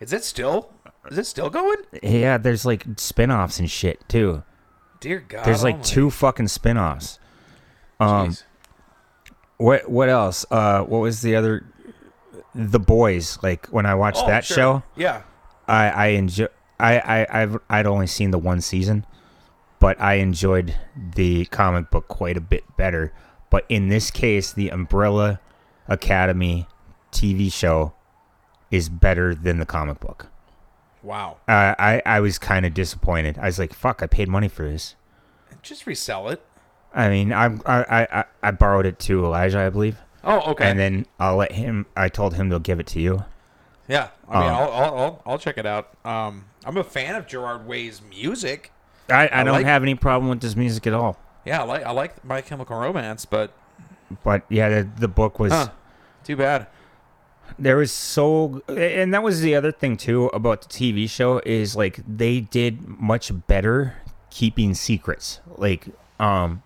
Speaker 10: is it still? Is it still going?
Speaker 9: yeah, there's like spin-offs and shit too.
Speaker 10: Dear God,
Speaker 9: There's like
Speaker 10: almighty.
Speaker 9: two fucking spin-offs. Um,
Speaker 10: Oh, Jeez.
Speaker 9: What what else? Uh, what was the other? The Boys. Like when I watched
Speaker 10: Oh,
Speaker 9: that
Speaker 10: sure.
Speaker 9: show,
Speaker 10: Yeah,
Speaker 9: I I enjoy. I, I I've I'd only seen the one season, but I enjoyed the comic book quite a bit better. But in this case, the Umbrella Academy TV show is better than the comic book.
Speaker 10: wow.
Speaker 9: Uh, I I was kind of disappointed. I was like, "Fuck! I paid money for this."
Speaker 10: Just resell it.
Speaker 9: I mean, I'm I I, I- I borrowed it to Elijah, I believe,
Speaker 10: Oh, okay.
Speaker 9: and then I'll let him. I told him they'll give it to you.
Speaker 10: yeah, I mean,
Speaker 9: Um,
Speaker 10: I'll, I'll, I'll I'll check it out. Um, I'm a fan of Gerard Way's music.
Speaker 9: I, I, don't
Speaker 10: like-
Speaker 9: have any problem with this music at all.
Speaker 10: Yeah, I like I like My Chemical Romance, but
Speaker 9: But yeah, the, the book was.
Speaker 10: huh, too bad.
Speaker 9: there was so and that was the other thing too about the tv show is like they did much better keeping secrets like um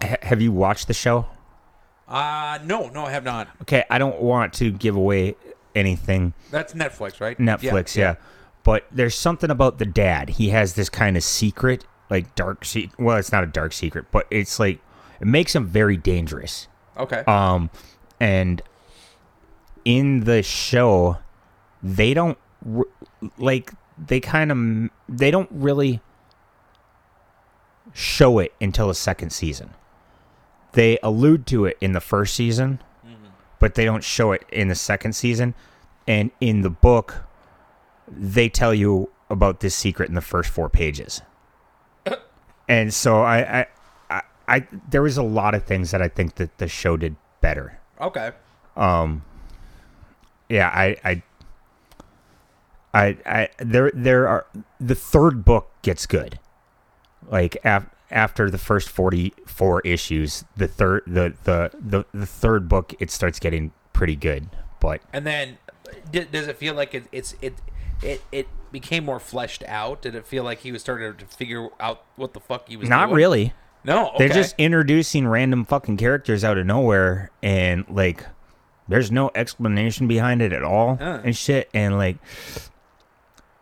Speaker 9: ha- have you watched the show
Speaker 10: Uh no, no, I have not.
Speaker 9: okay i don't want to give away anything
Speaker 10: That's Netflix, right?
Speaker 9: netflix yeah, but there's something about the dad he has this kind of secret like dark secret well it's not a dark secret but it's like it makes him very dangerous
Speaker 10: yeah. Okay.
Speaker 9: Um, and in the show, they don't r- like they kind of they don't really show it until the second season. They allude to it in the first season, but they don't show it in the second season. And in the book, they tell you about this secret in the first four pages. and so I, I, I, I, there was a lot of things that I think that the show did better.
Speaker 10: okay.
Speaker 9: Yeah, I, I, I, I there, there are the third book gets good. Like af- after the first forty-four issues, the third, the, the, the, the third book, it starts getting pretty good. But
Speaker 10: And then, d- does it feel like it, it's it it it became more fleshed out? Did it feel like he was starting to figure out what the fuck he was?
Speaker 9: not
Speaker 10: doing?
Speaker 9: really.
Speaker 10: No,
Speaker 9: They're
Speaker 10: okay.
Speaker 9: just introducing random fucking characters out of nowhere and like there's no explanation behind it at all
Speaker 10: Huh.
Speaker 9: and shit and like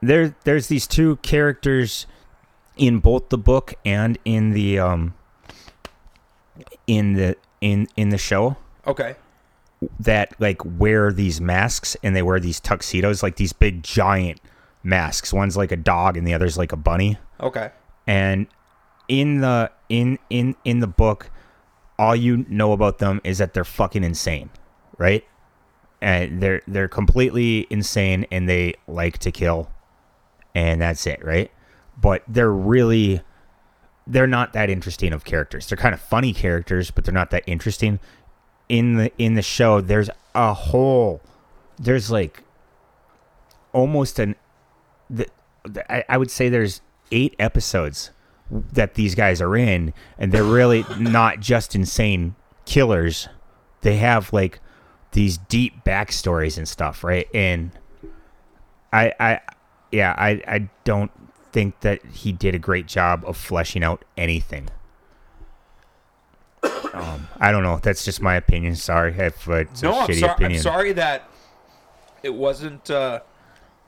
Speaker 9: there there's these two characters in both the book and in the um in the in in the show
Speaker 10: okay.
Speaker 9: that like wear these masks and they wear these tuxedos like these big giant masks. One's like a dog and the other's like a bunny.
Speaker 10: Okay.
Speaker 9: And in the in in in the book, all you know about them is that they're fucking insane, right? And they're they're completely insane and they like to kill and that's it, right? But they're really they're not that interesting of characters. They're kind of funny characters, but they're not that interesting. In the in the show, there's a whole there's like almost an the, the- I, I would say there's eight episodes that these guys are in and they're really not just insane killers they have like these deep backstories and stuff right and i i yeah i i don't think that he did a great job of fleshing out anything um, i don't know that's just my opinion sorry if it's a
Speaker 10: No, I'm,
Speaker 9: shitty
Speaker 10: sorry.
Speaker 9: opinion
Speaker 10: I'm sorry that it wasn't uh,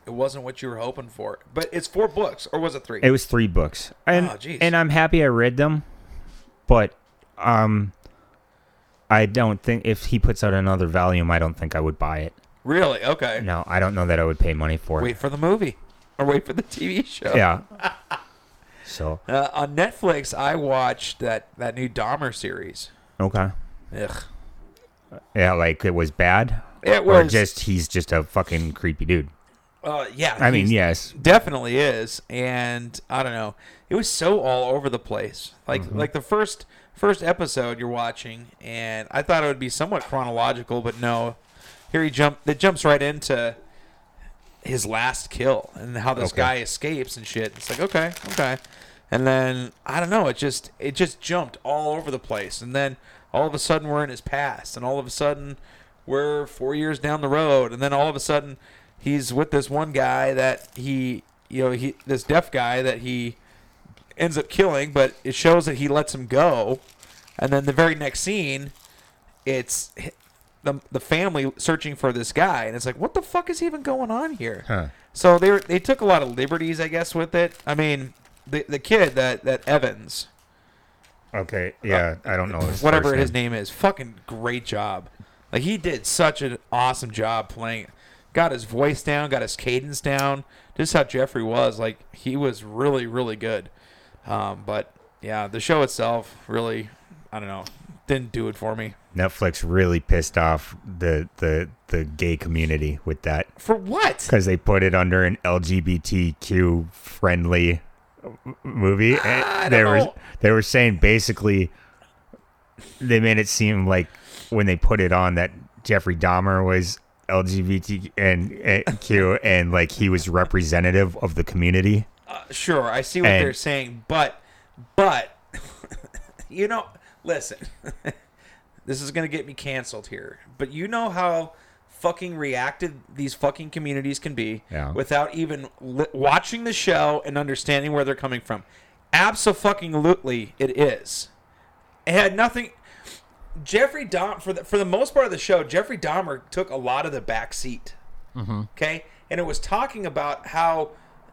Speaker 10: it wasn't what you were hoping for. But it's four books, or was it three?
Speaker 9: It was three books, and
Speaker 10: Oh, jeez.
Speaker 9: and I'm happy I read them, but um, I don't think if he puts out another volume, I don't think I would buy it.
Speaker 10: really okay.
Speaker 9: No, I don't know that I would pay money for it.
Speaker 10: Wait for the movie, or wait for the TV show.
Speaker 9: Yeah. so
Speaker 10: Uh, on Netflix, I watched that that new Dahmer series.
Speaker 9: okay,
Speaker 10: Ugh.
Speaker 9: yeah, like it was bad.
Speaker 10: It
Speaker 9: or
Speaker 10: was-
Speaker 9: just he's just a fucking creepy dude.
Speaker 10: Uh, yeah.
Speaker 9: I mean,
Speaker 10: he's-
Speaker 9: yes,
Speaker 10: definitely is and i don't know it was so all over the place like
Speaker 9: Mm-hmm.
Speaker 10: like the first first episode you're watching and i thought it would be somewhat chronological but no here he jump it jumps right into his last kill and how this
Speaker 9: Okay.
Speaker 10: guy escapes and shit it's like okay okay and then i don't know it just it just jumped all over the place and then all of a sudden we're in his past and all of a sudden we're four years down the road and then all of a sudden he's with this one guy that he you know he this deaf guy that he ends up killing but it shows that he lets him go and then the very next scene it's hi- the, the family searching for this guy and it's like what the fuck is even going on here so they were, they took a lot of liberties i guess with it i mean the, the kid that that evans
Speaker 9: okay, yeah, I don't know his
Speaker 10: Uh, whatever
Speaker 9: first
Speaker 10: his name is. Fucking great job. Like he did such an awesome job playing. Got his voice down, got his cadence down. Just how Jeffrey was. Like he was really, really good. Um, but yeah, the show itself really, I don't know, didn't do it for me.
Speaker 9: Netflix really pissed off the the the gay community with that
Speaker 10: For what?
Speaker 9: because they put it under an LGBTQ friendly movie. And
Speaker 10: Ah, I
Speaker 9: they
Speaker 10: don't
Speaker 9: were
Speaker 10: know.
Speaker 9: they were saying basically they made it seem like when they put it on that Jeffrey Dahmer was LGBTQ and, and Q and like he was representative of the community.
Speaker 10: Sure, I see what
Speaker 9: And-
Speaker 10: they're saying, but, but, you know, listen, this is gonna get me canceled here. But you know how fucking reactive these fucking communities can be
Speaker 9: Yeah.
Speaker 10: without even li- watching the show and understanding where they're coming from. Absolutely, it is. It had nothing. Jeffrey Dahmer, for the, for the most part of the show, Jeffrey Dahmer took a lot of the back seat. Okay, and it was talking about how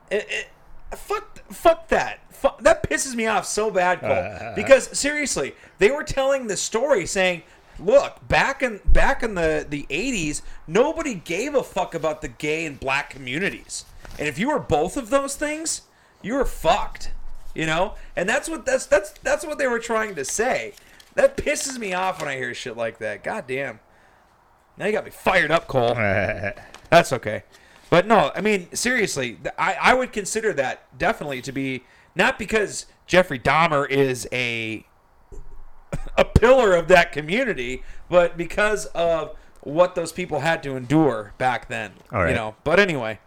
Speaker 10: it, it, fuck fuck that fuck, that pisses me off so bad, Cole. because seriously, they were telling the story saying. Look, back in back in the the 80s, nobody gave a fuck about the gay and black communities. And if you were both of those things, you were fucked you know and that's what that's that's that's what they were trying to say that pisses me off when i hear shit like that god damn now you got me fired up cole that's okay but no i mean seriously th- i i would consider that definitely to be not because jeffrey dahmer is a a pillar of that community but because of what those people had to endure back then
Speaker 9: All right.
Speaker 10: you know but anyway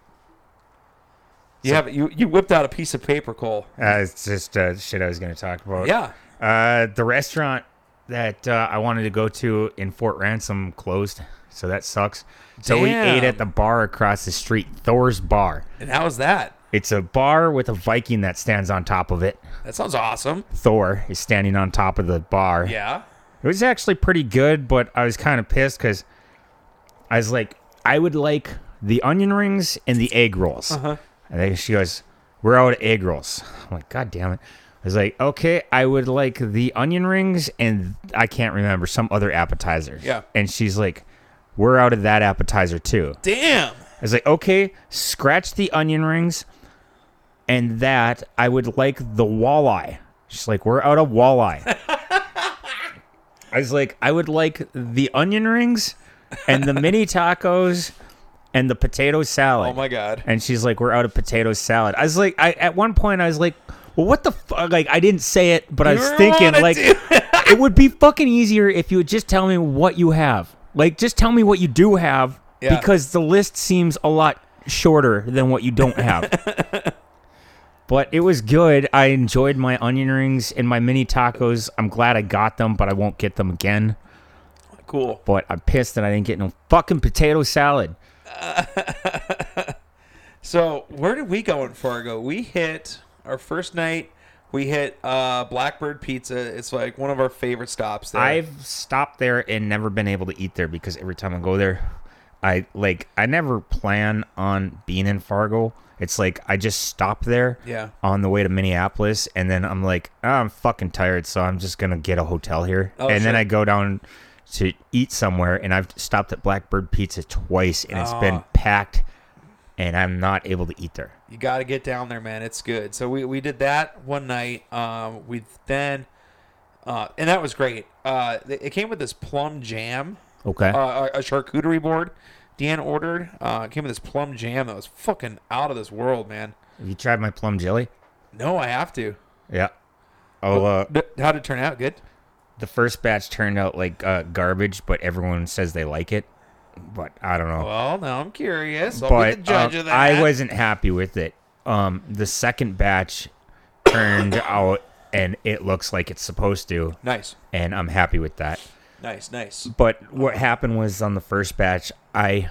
Speaker 10: you have you you whipped out a piece of paper cole
Speaker 9: Uh, it's just uh, shit I was going to talk about.
Speaker 10: Yeah.
Speaker 9: Uh, the restaurant that uh, I wanted to go to in Fort Ransom closed, so that sucks. So we ate
Speaker 10: Damn.
Speaker 9: at the bar across the street, Thor's Bar.
Speaker 10: And how's that?
Speaker 9: It's a bar with a Viking that stands on top of it.
Speaker 10: That sounds awesome.
Speaker 9: Thor is standing on top of the bar.
Speaker 10: Yeah.
Speaker 9: It was actually pretty good, but I was kind of pissed because I was like, I would like the onion rings and the egg rolls. And then she goes, We're out of egg rolls. I'm like, God damn it. I was like, Okay, I would like the onion rings and I can't remember some other appetizer.
Speaker 10: Yeah.
Speaker 9: And she's like, We're out of that appetizer too.
Speaker 10: Damn.
Speaker 9: was like, okay, scratch the onion rings and that. I would like the walleye. She's like, we're out of walleye. I was like, I would like the onion rings and the mini tacos and the potato salad.
Speaker 10: Oh my God.
Speaker 9: And she's like, we're out of potato salad. I was like, I at one point I was like, well, what the fuck? Like, I didn't say it, but I was
Speaker 10: You
Speaker 9: thinking
Speaker 10: wanna
Speaker 9: like,
Speaker 10: do-
Speaker 9: it would be fucking easier if you would just tell me what you have. Like, just tell me what you do have
Speaker 10: Yeah.
Speaker 9: because the list seems a lot shorter than what you don't have. but it was good. I enjoyed my onion rings and my mini tacos. I'm glad I got them, but I won't get them again.
Speaker 10: Cool.
Speaker 9: But I'm pissed that I didn't get no fucking potato salad.
Speaker 10: So where did we go in Fargo? We hit our first night. We hit uh, Blackbird Pizza. It's like one of our favorite stops there.
Speaker 9: I've stopped there and never been able to eat there because every time I go there, I like I never plan on being in Fargo. It's like I just stop there
Speaker 10: Yeah.
Speaker 9: on the way to Minneapolis and then I'm like, "Ah, I'm fucking tired, so I'm just gonna get a hotel here.
Speaker 10: Oh,
Speaker 9: and then
Speaker 10: sure.
Speaker 9: I go down to eat somewhere and I've stopped at Blackbird Pizza twice and it's been
Speaker 10: Ah.
Speaker 9: packed and I'm not able to eat there.
Speaker 10: you got to get down there, man. It's good. So we, we did that one night. Um, we then, uh, and that was great. Uh, th- it came with this plum jam.
Speaker 9: Okay.
Speaker 10: Uh, a a charcuterie board. Dan ordered. Uh, it came with this plum jam that was fucking out of this world, man.
Speaker 9: Have you tried my plum jelly?
Speaker 10: No, I have to.
Speaker 9: Yeah. Oh, uh,
Speaker 10: Th- How'd it turn out? Good.
Speaker 9: the first batch turned out like uh, garbage, but everyone says they like it. But I don't know.
Speaker 10: Well, now I'm curious. I'll
Speaker 9: but
Speaker 10: be the judge
Speaker 9: um,
Speaker 10: of that.
Speaker 9: I wasn't happy with it. Um, the second batch turned out, and it looks like it's supposed to,
Speaker 10: Nice,
Speaker 9: and I'm happy with that.
Speaker 10: nice, nice.
Speaker 9: But what happened was on the first batch, I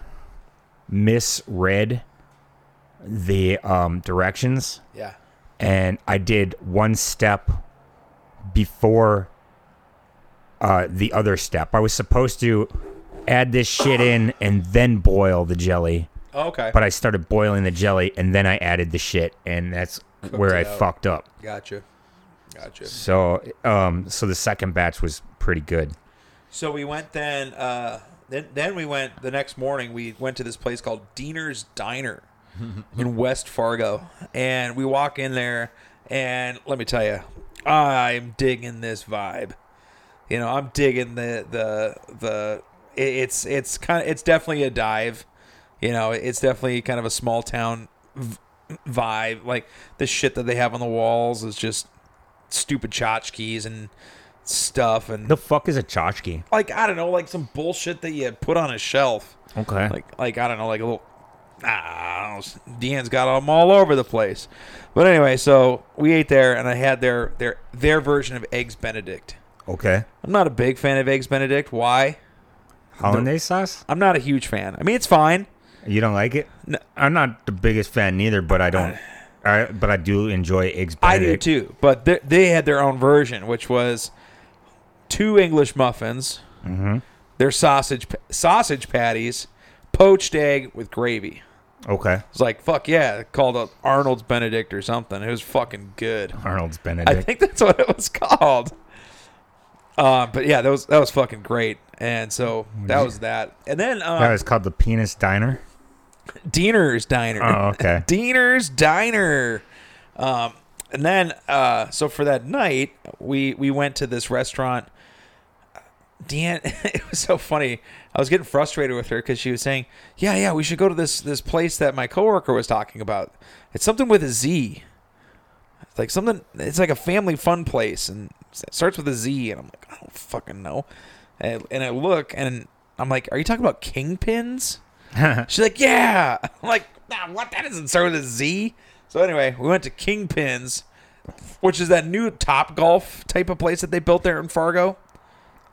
Speaker 9: misread the um, directions,
Speaker 10: Yeah.
Speaker 9: and I did one step before uh, the other step. I was supposed to add this shit in and then boil the jelly,
Speaker 10: Oh, Okay.
Speaker 9: but I started boiling the jelly and then I added the shit, and that's where I
Speaker 10: it out.
Speaker 9: fucked up.
Speaker 10: gotcha. Gotcha.
Speaker 9: So, um, so the second batch was pretty good.
Speaker 10: So we went then. Uh, then then we went the next morning. We went to this place called Diener's Diner in West Fargo, and we walk in there. And let me tell you, I'm digging this vibe. You know, I'm digging the the the. it- It's it's kind of it's definitely a dive. You know, it's definitely kind of a small town v- vibe. Like the shit that they have on the walls is just stupid tchotchkes and stuff and
Speaker 9: The fuck is a tchotchke?
Speaker 10: like I don't know, like some bullshit that you put on a shelf.
Speaker 9: Okay.
Speaker 10: Like like I don't know, like a little. Ah, I don't know, Deanne's got them all over the place. But anyway, so we ate there, and I had their their their version of eggs Benedict.
Speaker 9: okay.
Speaker 10: I'm not a big fan of eggs Benedict. Why?
Speaker 9: Hollandaise sauce?
Speaker 10: I'm not a huge fan. I mean, it's fine.
Speaker 9: You don't like it? I'm not the biggest fan neither, but I don't. I, but I do enjoy eggs.
Speaker 10: I do
Speaker 9: Benedict.
Speaker 10: too. But they, they had their own version, which was two English muffins, their sausage pa- sausage patties, poached egg with gravy.
Speaker 9: Okay.
Speaker 10: It's like, fuck yeah, it called up Arnold's Benedict or something. It was fucking good.
Speaker 9: Arnold's
Speaker 10: I
Speaker 9: Benedict.
Speaker 10: think that's what it was called. Uh, but yeah, that was that was fucking great. And so that was that. And then uh,
Speaker 9: that was called the Penis Diner.
Speaker 10: Diener's Diner.
Speaker 9: Oh, okay.
Speaker 10: Diener's Diner. Um, and then, uh, so for that night, we we went to this restaurant. Deanne, it was so funny. I was getting frustrated with her because she was saying, "Yeah, yeah, we should go to this this place that my coworker was talking about. It's something with a Z. It's like something. It's like a family fun place, and it starts with a Z. And I'm like, I don't fucking know. And, and I look, and I'm like, Are you talking about kingpins? She's like, yeah. I'm like, nah, what? That doesn't start with a Z. So anyway, we went to Kingpins, which is that new Top Golf type of place that they built there in Fargo.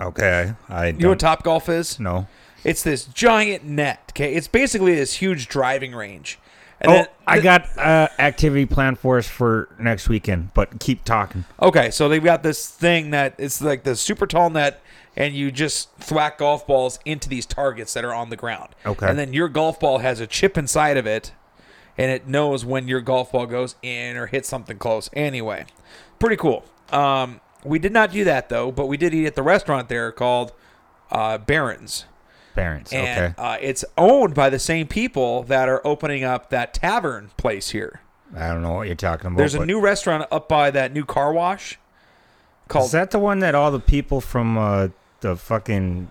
Speaker 9: Okay. I don't
Speaker 10: You know what Top Golf is?
Speaker 9: know.
Speaker 10: It's this giant net. Okay, it's basically this huge driving range. And
Speaker 9: Oh,
Speaker 10: then-
Speaker 9: I got uh, activity planned for us for next weekend, but keep talking.
Speaker 10: Okay, so they've got this thing that it's like the super tall net, and you just thwack golf balls into these targets that are on the ground.
Speaker 9: Okay.
Speaker 10: And then your golf ball has a chip inside of it, and it knows when your golf ball goes in or hits something close. Anyway, pretty cool. Um, we did not do that though, but we did eat at the restaurant there called uh, Barons.
Speaker 9: parents.
Speaker 10: and
Speaker 9: okay.
Speaker 10: uh, it's owned by the same people that are opening up that tavern place here.
Speaker 9: I don't know what you're talking about.
Speaker 10: There's a
Speaker 9: but-
Speaker 10: new restaurant up by that new car wash. called-
Speaker 9: Is that the one that all the people from uh, the fucking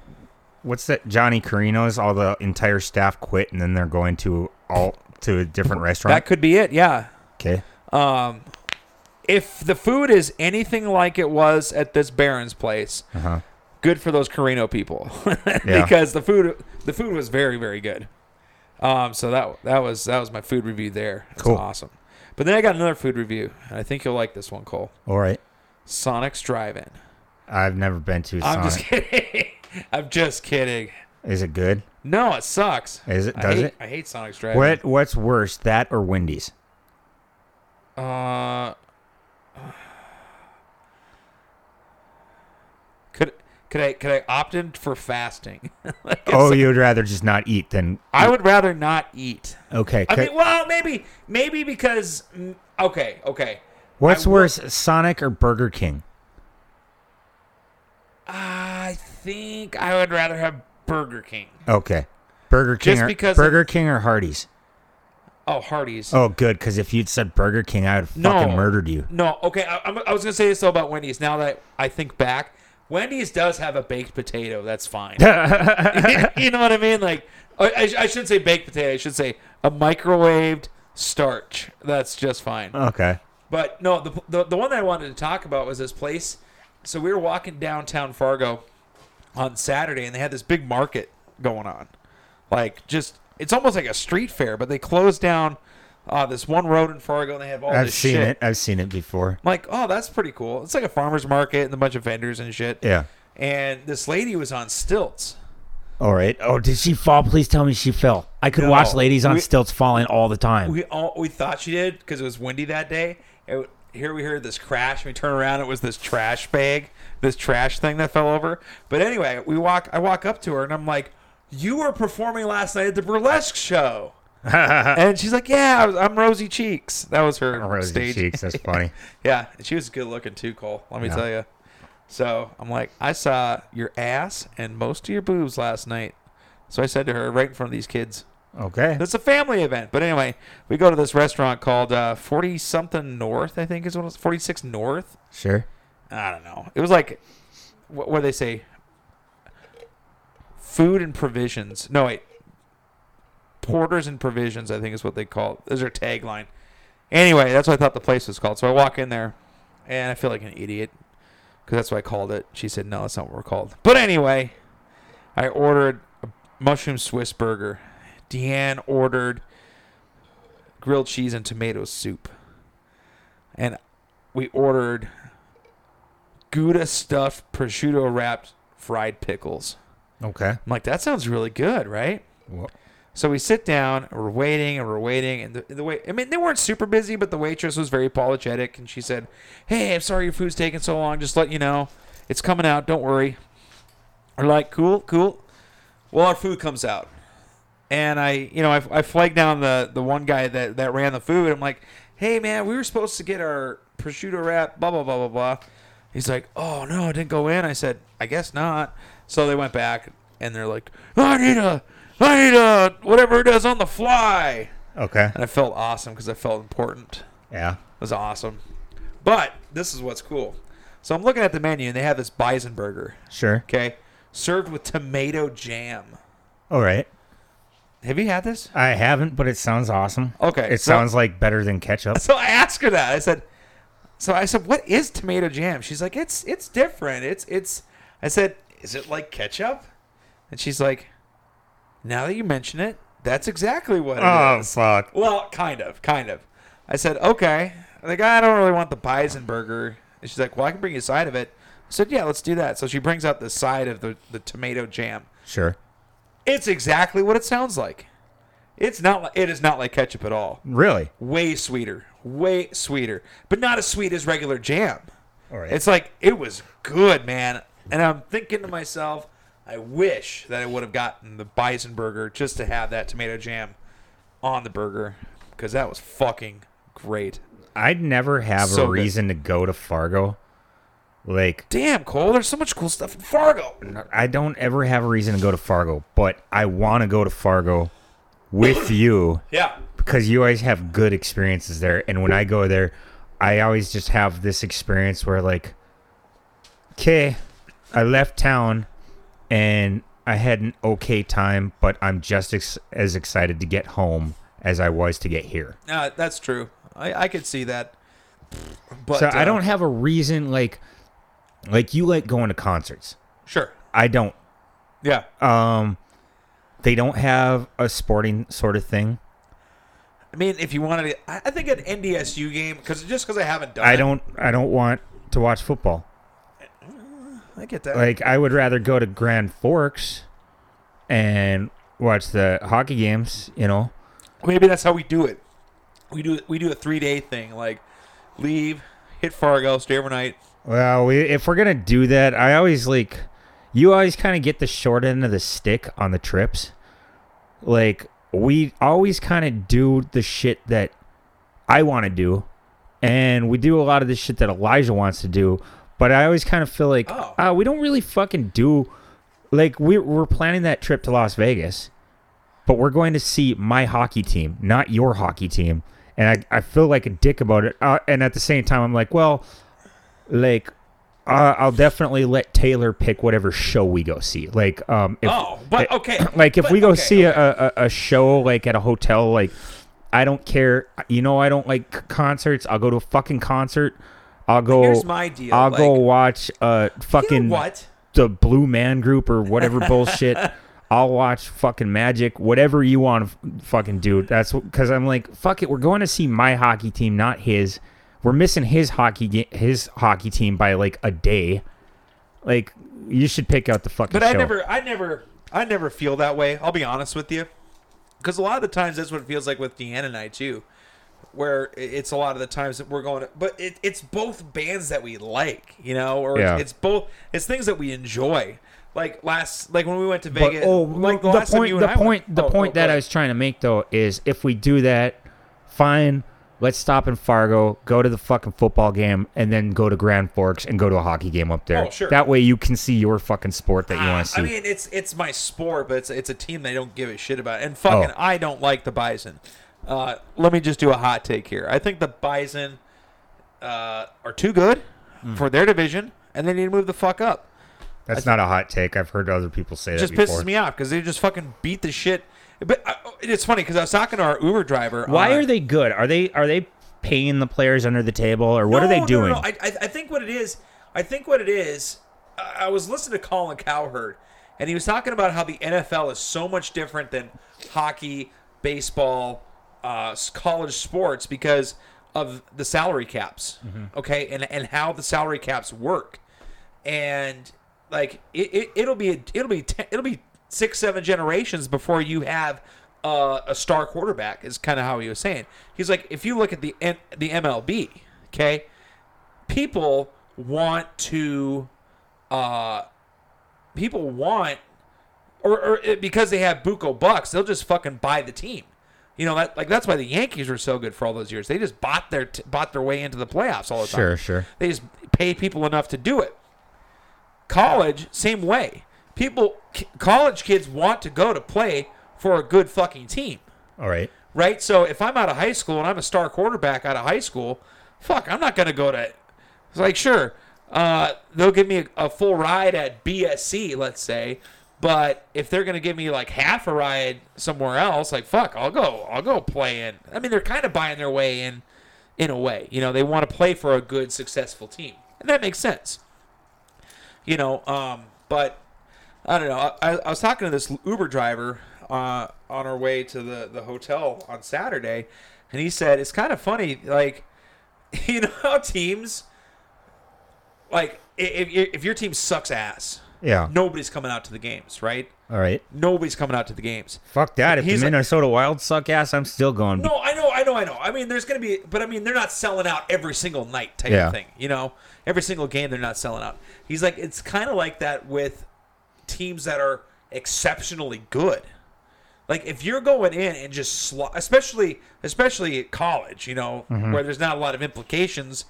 Speaker 9: what's that Johnny Carino's? All the entire staff quit, and then they're going to all to a different restaurant.
Speaker 10: That could be it. Yeah.
Speaker 9: okay.
Speaker 10: Um, if the food is anything like it was at this Baron's place,
Speaker 9: Uh huh.
Speaker 10: good for those Carino people
Speaker 9: Yeah.
Speaker 10: because the food the food was very very good. Um, so that that was that was my food review there. That's
Speaker 9: Cool.
Speaker 10: awesome. But then I got another food review, and I think you'll like this one, Cole.
Speaker 9: All right.
Speaker 10: Sonic's Drive-In.
Speaker 9: I've never been to Sonic.
Speaker 10: I'm just kidding. I'm just kidding.
Speaker 9: Is it good?
Speaker 10: No, it sucks.
Speaker 9: Is it?
Speaker 10: I
Speaker 9: Does
Speaker 10: hate-
Speaker 9: it?
Speaker 10: I hate Sonic's Drive-In.
Speaker 9: What What's worse, that or Wendy's?
Speaker 10: Uh, could could I could I opt in for fasting? Like,
Speaker 9: oh,
Speaker 10: it's-
Speaker 9: you'd rather just not eat than
Speaker 10: I would rather not eat.
Speaker 9: Okay.
Speaker 10: I
Speaker 9: could-
Speaker 10: mean, well, maybe maybe because mm, okay, okay.
Speaker 9: what's worse, Sonic or Burger King?
Speaker 10: I think I would rather have Burger King.
Speaker 9: Okay. Burger King
Speaker 10: Just
Speaker 9: or
Speaker 10: because
Speaker 9: Burger King or Hardee's?
Speaker 10: Oh, Hardee's.
Speaker 9: Oh, good, because if you'd said Burger King, I would have fucking murdered you.
Speaker 10: No, okay. I, I'm- I was gonna say this though about Wendy's. Now that I think back, Wendy's does have a baked potato. That's fine. you know what I mean? Like, I, I, I should say baked potato. I should say a microwaved starch. That's just fine.
Speaker 9: Okay.
Speaker 10: But no, the, the the one that I wanted to talk about was this place. So we were walking downtown Fargo on Saturday, and they had this big market going on. Like, just it's almost like a street fair, but they closed down uh, this one road in Fargo, and they have all
Speaker 9: I've
Speaker 10: this
Speaker 9: seen
Speaker 10: shit.
Speaker 9: it. I've seen it before.
Speaker 10: I'm like, oh, that's pretty cool. It's like a farmer's market and a bunch of vendors and shit.
Speaker 9: Yeah.
Speaker 10: And this lady was on stilts.
Speaker 9: All right. Oh, did she fall? Please tell me she fell. I could watch
Speaker 10: No,
Speaker 9: ladies on
Speaker 10: we-
Speaker 9: stilts falling all the time.
Speaker 10: We all we thought she did because it was windy that day. It- here we heard this crash. We turn around. It was this trash bag, this trash thing that fell over. But anyway, we walk. I walk up to her and I'm like, "You were performing last night at the burlesque show." and she's like, "Yeah, I was, I'm Rosie Cheeks." That was her
Speaker 9: Rosy
Speaker 10: stage.
Speaker 9: cheeks. That's funny.
Speaker 10: Yeah, and she was good looking too, Cole. Let me
Speaker 9: Yeah.
Speaker 10: tell you. So I'm like, I saw your ass and most of your boobs last night. So I said to her right in front of these kids.
Speaker 9: Okay.
Speaker 10: It's a family event, but anyway, we go to this restaurant called uh, Forty Something North. I think is what it's Forty Six North.
Speaker 9: Sure.
Speaker 10: I don't know. It was like, what, what do they say? Food and provisions. No wait, porters and provisions. I think is what they call. It. Is their tagline. Anyway, that's what I thought the place was called. So I walk in there, and I feel like an idiot because that's what I called it. She said, "No, that's not what we're called." But anyway, I ordered a mushroom Swiss burger. Deanne ordered grilled cheese and tomato soup, and we ordered Gouda stuffed prosciutto wrapped fried pickles.
Speaker 9: Okay.
Speaker 10: I'm like, that sounds really good, right? So we sit down, and we're waiting, and we're waiting, and the, the wait. I mean, they weren't super busy, but the waitress was very apologetic, and she said, "Hey, I'm sorry your food's taking so long. Just let you know, it's coming out. Don't worry." We're like, "Cool, cool." Well, our food comes out, and I, you know, I, I flagged down the the one guy that that ran the food. I'm like, "Hey, man, we were supposed to get our prosciutto wrap, blah blah blah blah blah." He's like, "Oh no, it didn't go in." I said, "I guess not." So they went back, and they're like, "I need a, I need a whatever it is on the fly."
Speaker 9: Okay.
Speaker 10: And I felt awesome because I felt important.
Speaker 9: Yeah.
Speaker 10: It was awesome. But this is what's cool. So I'm looking at the menu, and they have this bison burger.
Speaker 9: Sure.
Speaker 10: Okay, served with tomato jam.
Speaker 9: All right.
Speaker 10: Have you had this?
Speaker 9: I haven't, but it sounds awesome.
Speaker 10: Okay,
Speaker 9: It
Speaker 10: so-
Speaker 9: sounds like better than ketchup.
Speaker 10: So I asked her that. I said, "So I said, what is tomato jam?" She's like, "It's it's different. It's it's." I said, "Is it like ketchup?" And she's like, "Now that you mention it, that's exactly what it is."
Speaker 9: Oh, fuck.
Speaker 10: Well, kind of, kind of. I said, "Okay." Like, I don't really want the bison burger. And she's like, "Well, I can bring you a side of it." I said, "Yeah, let's do that." So she brings out the side of the the tomato jam.
Speaker 9: Sure.
Speaker 10: It's exactly what it sounds like. It's not. Like, it is not like ketchup at all
Speaker 9: Really?
Speaker 10: way sweeter, way sweeter, but not as sweet as regular jam.
Speaker 9: All right.
Speaker 10: It's like it was good, man. And I'm thinking to myself, I wish that I would have gotten the bison burger just to have that tomato jam on the burger because that was fucking great.
Speaker 9: I'd never have
Speaker 10: So
Speaker 9: a
Speaker 10: good.
Speaker 9: reason to go to Fargo Like,
Speaker 10: damn, Cole, there's so much cool stuff in Fargo.
Speaker 9: I don't ever have a reason to go to Fargo, but I want to go to Fargo with you.
Speaker 10: Yeah.
Speaker 9: Because you always have good experiences there. And when I go there, I always just have this experience where, like, okay, I left town and I had an okay time, but I'm just ex- as excited to get home as I was to get here.
Speaker 10: Uh, that's true. I, I could see that. But
Speaker 9: so I
Speaker 10: uh,
Speaker 9: don't have a reason like like you like going to concerts.
Speaker 10: Sure.
Speaker 9: I don't.
Speaker 10: Yeah.
Speaker 9: Um they don't have a sporting sort of thing.
Speaker 10: I mean, if you wanted, to, I I think an NDSU game because just because I haven't done.
Speaker 9: I
Speaker 10: it,
Speaker 9: don't I don't want to watch football.
Speaker 10: I get that.
Speaker 9: Like I would rather go to Grand Forks and watch the hockey games, you know.
Speaker 10: Maybe that's how we do it. We do we do a three day thing. Like leave, hit Fargo, stay overnight.
Speaker 9: Well, we, if we're gonna do that, I always like you always kind of get the short end of the stick on the trips. Like we always kind of do the shit that I want to do, and we do a lot of the shit that Elijah wants to do. But I always kind of feel like
Speaker 10: Oh.
Speaker 9: ah, we don't really fucking do like we we're planning that trip to Las Vegas, but we're going to see my hockey team, not your hockey team. And I, I feel like a dick about it. Uh, and at the same time, I'm like, well, like uh, I'll definitely let Taylor pick whatever show we go see. Like, um, if,
Speaker 10: Oh, but,
Speaker 9: eh,
Speaker 10: okay,
Speaker 9: like if
Speaker 10: but,
Speaker 9: we go
Speaker 10: okay,
Speaker 9: see A, a a show like at a hotel, like I don't care. You know, I don't like c- concerts. I'll go to a fucking concert. I'll go.
Speaker 10: Here's my deal,
Speaker 9: I'll go
Speaker 10: like-
Speaker 9: watch uh fucking
Speaker 10: what?
Speaker 9: the Blue Man Group or whatever bullshit. I'll watch fucking Magic, whatever you want to f- fucking do. That's because I'm like, fuck it. We're going to see my hockey team, not his. We're missing his hockey ga- his hockey team by like a day. Like you should pick out the fucking.
Speaker 10: But
Speaker 9: show.
Speaker 10: I never, I never, I never feel that way. I'll be honest with you, because a lot of the times that's what it feels like with Deanna and I too, where i- it's a lot of the times that we're going. To, but it, it's both bands that we like, you know, or
Speaker 9: Yeah.
Speaker 10: it's, it's both it's things that we enjoy. Like last, like when we went to
Speaker 9: But,
Speaker 10: Vegas.
Speaker 9: oh,
Speaker 10: like
Speaker 9: the,
Speaker 10: last time you
Speaker 9: point,
Speaker 10: and
Speaker 9: the
Speaker 10: I went-
Speaker 9: point, the
Speaker 10: Oh,
Speaker 9: point
Speaker 10: oh,
Speaker 9: that
Speaker 10: go
Speaker 9: I was trying to make though is if we do that, fine. Let's stop in Fargo, go to the fucking football game, and then go to Grand Forks and go to a hockey game up there.
Speaker 10: Oh, sure. Ah,
Speaker 9: That way you can see your fucking sport that you want to see.
Speaker 10: I mean, it's it's my sport, but it's it's a team they don't give a shit about, and fucking
Speaker 9: Oh.
Speaker 10: I don't like the Bison. Uh, let me just do a hot take here. I think the Bison uh, are too good
Speaker 9: Hmm.
Speaker 10: for their division, and they need to move the fuck up.
Speaker 9: That's not a hot take. I've heard other people say
Speaker 10: It
Speaker 9: that
Speaker 10: just
Speaker 9: before.
Speaker 10: pisses me off because they just fucking beat the shit. But uh, it's funny because I was talking to our Uber driver.
Speaker 9: Why
Speaker 10: on-
Speaker 9: are they good? Are they are they paying the players under the table or what are
Speaker 10: No,
Speaker 9: they
Speaker 10: no,
Speaker 9: doing?
Speaker 10: No, no, I, I, I think what it is, I think what it is, I I was listening to Colin Cowherd, and he was talking about how the NFL is so much different than hockey, baseball, uh, s- college sports because of the salary caps,
Speaker 11: Mhm.
Speaker 10: okay, and and how the salary caps work, and like it, it it'll be it'll be ten, it'll be six seven generations before you have uh, a star quarterback is kind of how he was saying. He's like, if you look at the N- the MLB, okay, people want to, uh, people want, or, or it- because they have Buco Bucks, they'll just fucking buy the team. You know that like that's why the Yankees were so good for all those years. They just bought their t- bought their way into the playoffs all the time.
Speaker 9: Sure, sure.
Speaker 10: They just pay people enough to do it. College, same way. People, c- college kids want to go to play for a good fucking team
Speaker 9: All right.
Speaker 10: right? So if I'm out of high school and I'm a star quarterback out of high school, fuck, I'm not going to go to. It's like sure, uh, they'll give me a, a full ride at BSC, let's say, but if they're going to give me like half a ride somewhere else, like fuck, I'll go, I'll go play in. I mean, they're kind of buying their way in, in a way. You know, they want to play for a good, successful team, and that makes sense. You know, um, but I don't know. I, I, I was talking to this Uber driver uh, on our way to the, the hotel on Saturday, and he said it's kind of funny, like you know how teams, like i- if your- if your team sucks ass,
Speaker 9: Yeah.
Speaker 10: nobody's coming out to the games, right?
Speaker 9: All right.
Speaker 10: Nobody's coming out to the games.
Speaker 9: Fuck that. If
Speaker 10: He's
Speaker 9: the
Speaker 10: like-
Speaker 9: Minnesota Wild suck ass, I'm still going.
Speaker 10: No, I know, I know, I know. I mean, there's gonna be, but I mean, they're not selling out every single night type
Speaker 9: Yeah.
Speaker 10: of thing. You know, every single game they're not selling out. He's like, it's kind of like that with teams that are exceptionally good. Like if you're going in and just, sl- especially, especially at college, you know,
Speaker 9: Mhm.
Speaker 10: where there's not a lot of implications.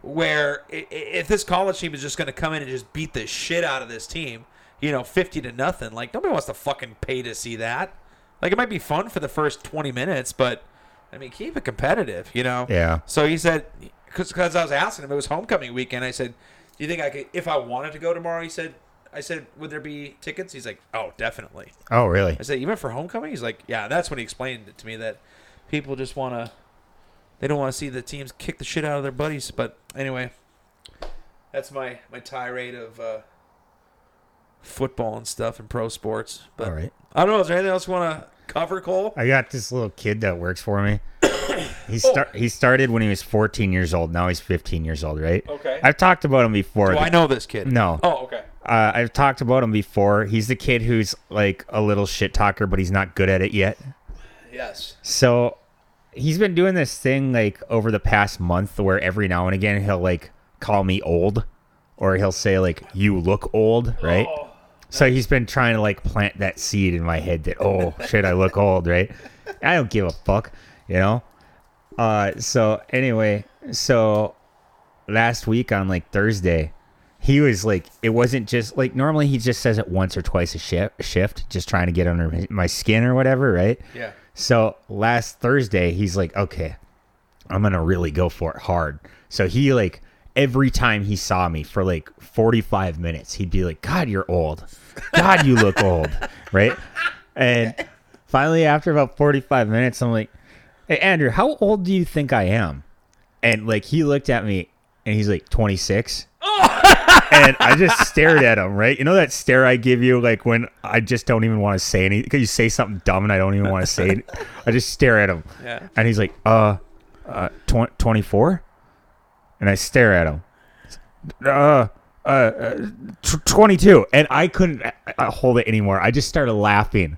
Speaker 10: where i- i- if this college team is just going to come in and just beat the shit out of this team, you know, 50 to nothing, like nobody wants to fucking pay to see that. Like it might be fun for the first 20 minutes, but I mean, keep it competitive, you know?
Speaker 9: Yeah.
Speaker 10: So he said, because I was asking him, it was homecoming weekend. I said, do you think I could, if I wanted to go tomorrow? He said, I said, would there be tickets? He's like, oh, definitely.
Speaker 9: Oh, really?
Speaker 10: I said, even for homecoming? He's like, yeah. That's when he explained it to me that people just want to, they don't want to see the teams kick the shit out of their buddies. But anyway, that's my my tirade of uh, football and stuff and pro sports. But
Speaker 9: All right.
Speaker 10: I don't know. Is there anything else you want to cover, Cole?
Speaker 9: I got this little kid that works for me.
Speaker 10: Oh.
Speaker 9: He start he started when he was 14 years old. Now he's 15 years old, right?
Speaker 10: Okay.
Speaker 9: I've talked about him before.
Speaker 10: Do Oh, I know this kid?
Speaker 9: No.
Speaker 10: Oh, okay.
Speaker 9: Uh, I've talked about him before. He's the kid who's like a little shit talker, but he's not good at it yet.
Speaker 10: Yes.
Speaker 9: So he's been doing this thing like over the past month where every now and again he'll like call me old or he'll say like you look old, right? So he's been trying to like plant that seed in my head that oh shit I look old, right? I don't give a fuck, you know? Uh so anyway, so last week on like Thursday, he was like, it wasn't just like normally he just says it once or twice a shi- shift, just trying to get under my- my skin or whatever, right?
Speaker 10: Yeah.
Speaker 9: So last Thursday, he's like, okay, I'm gonna really go for it hard. So he like every time he saw me for like 45 minutes, he'd be like, God, you're old. God, you look old, right? And finally, after about 45 minutes, I'm like, Hey, Andrew, how old do you think I am? And like he looked at me and he's like 26. and I just stared at him, right? You know that stare I give you, like when I just don't even want to say anything because you say something dumb and I don't even want to say it. I just stare at him.
Speaker 10: Yeah.
Speaker 9: And he's like, uh, uh, twen- 24? And I stare at him. Uh, uh, uh, tw 22. And I couldn't uh, uh, hold it anymore. I just started laughing.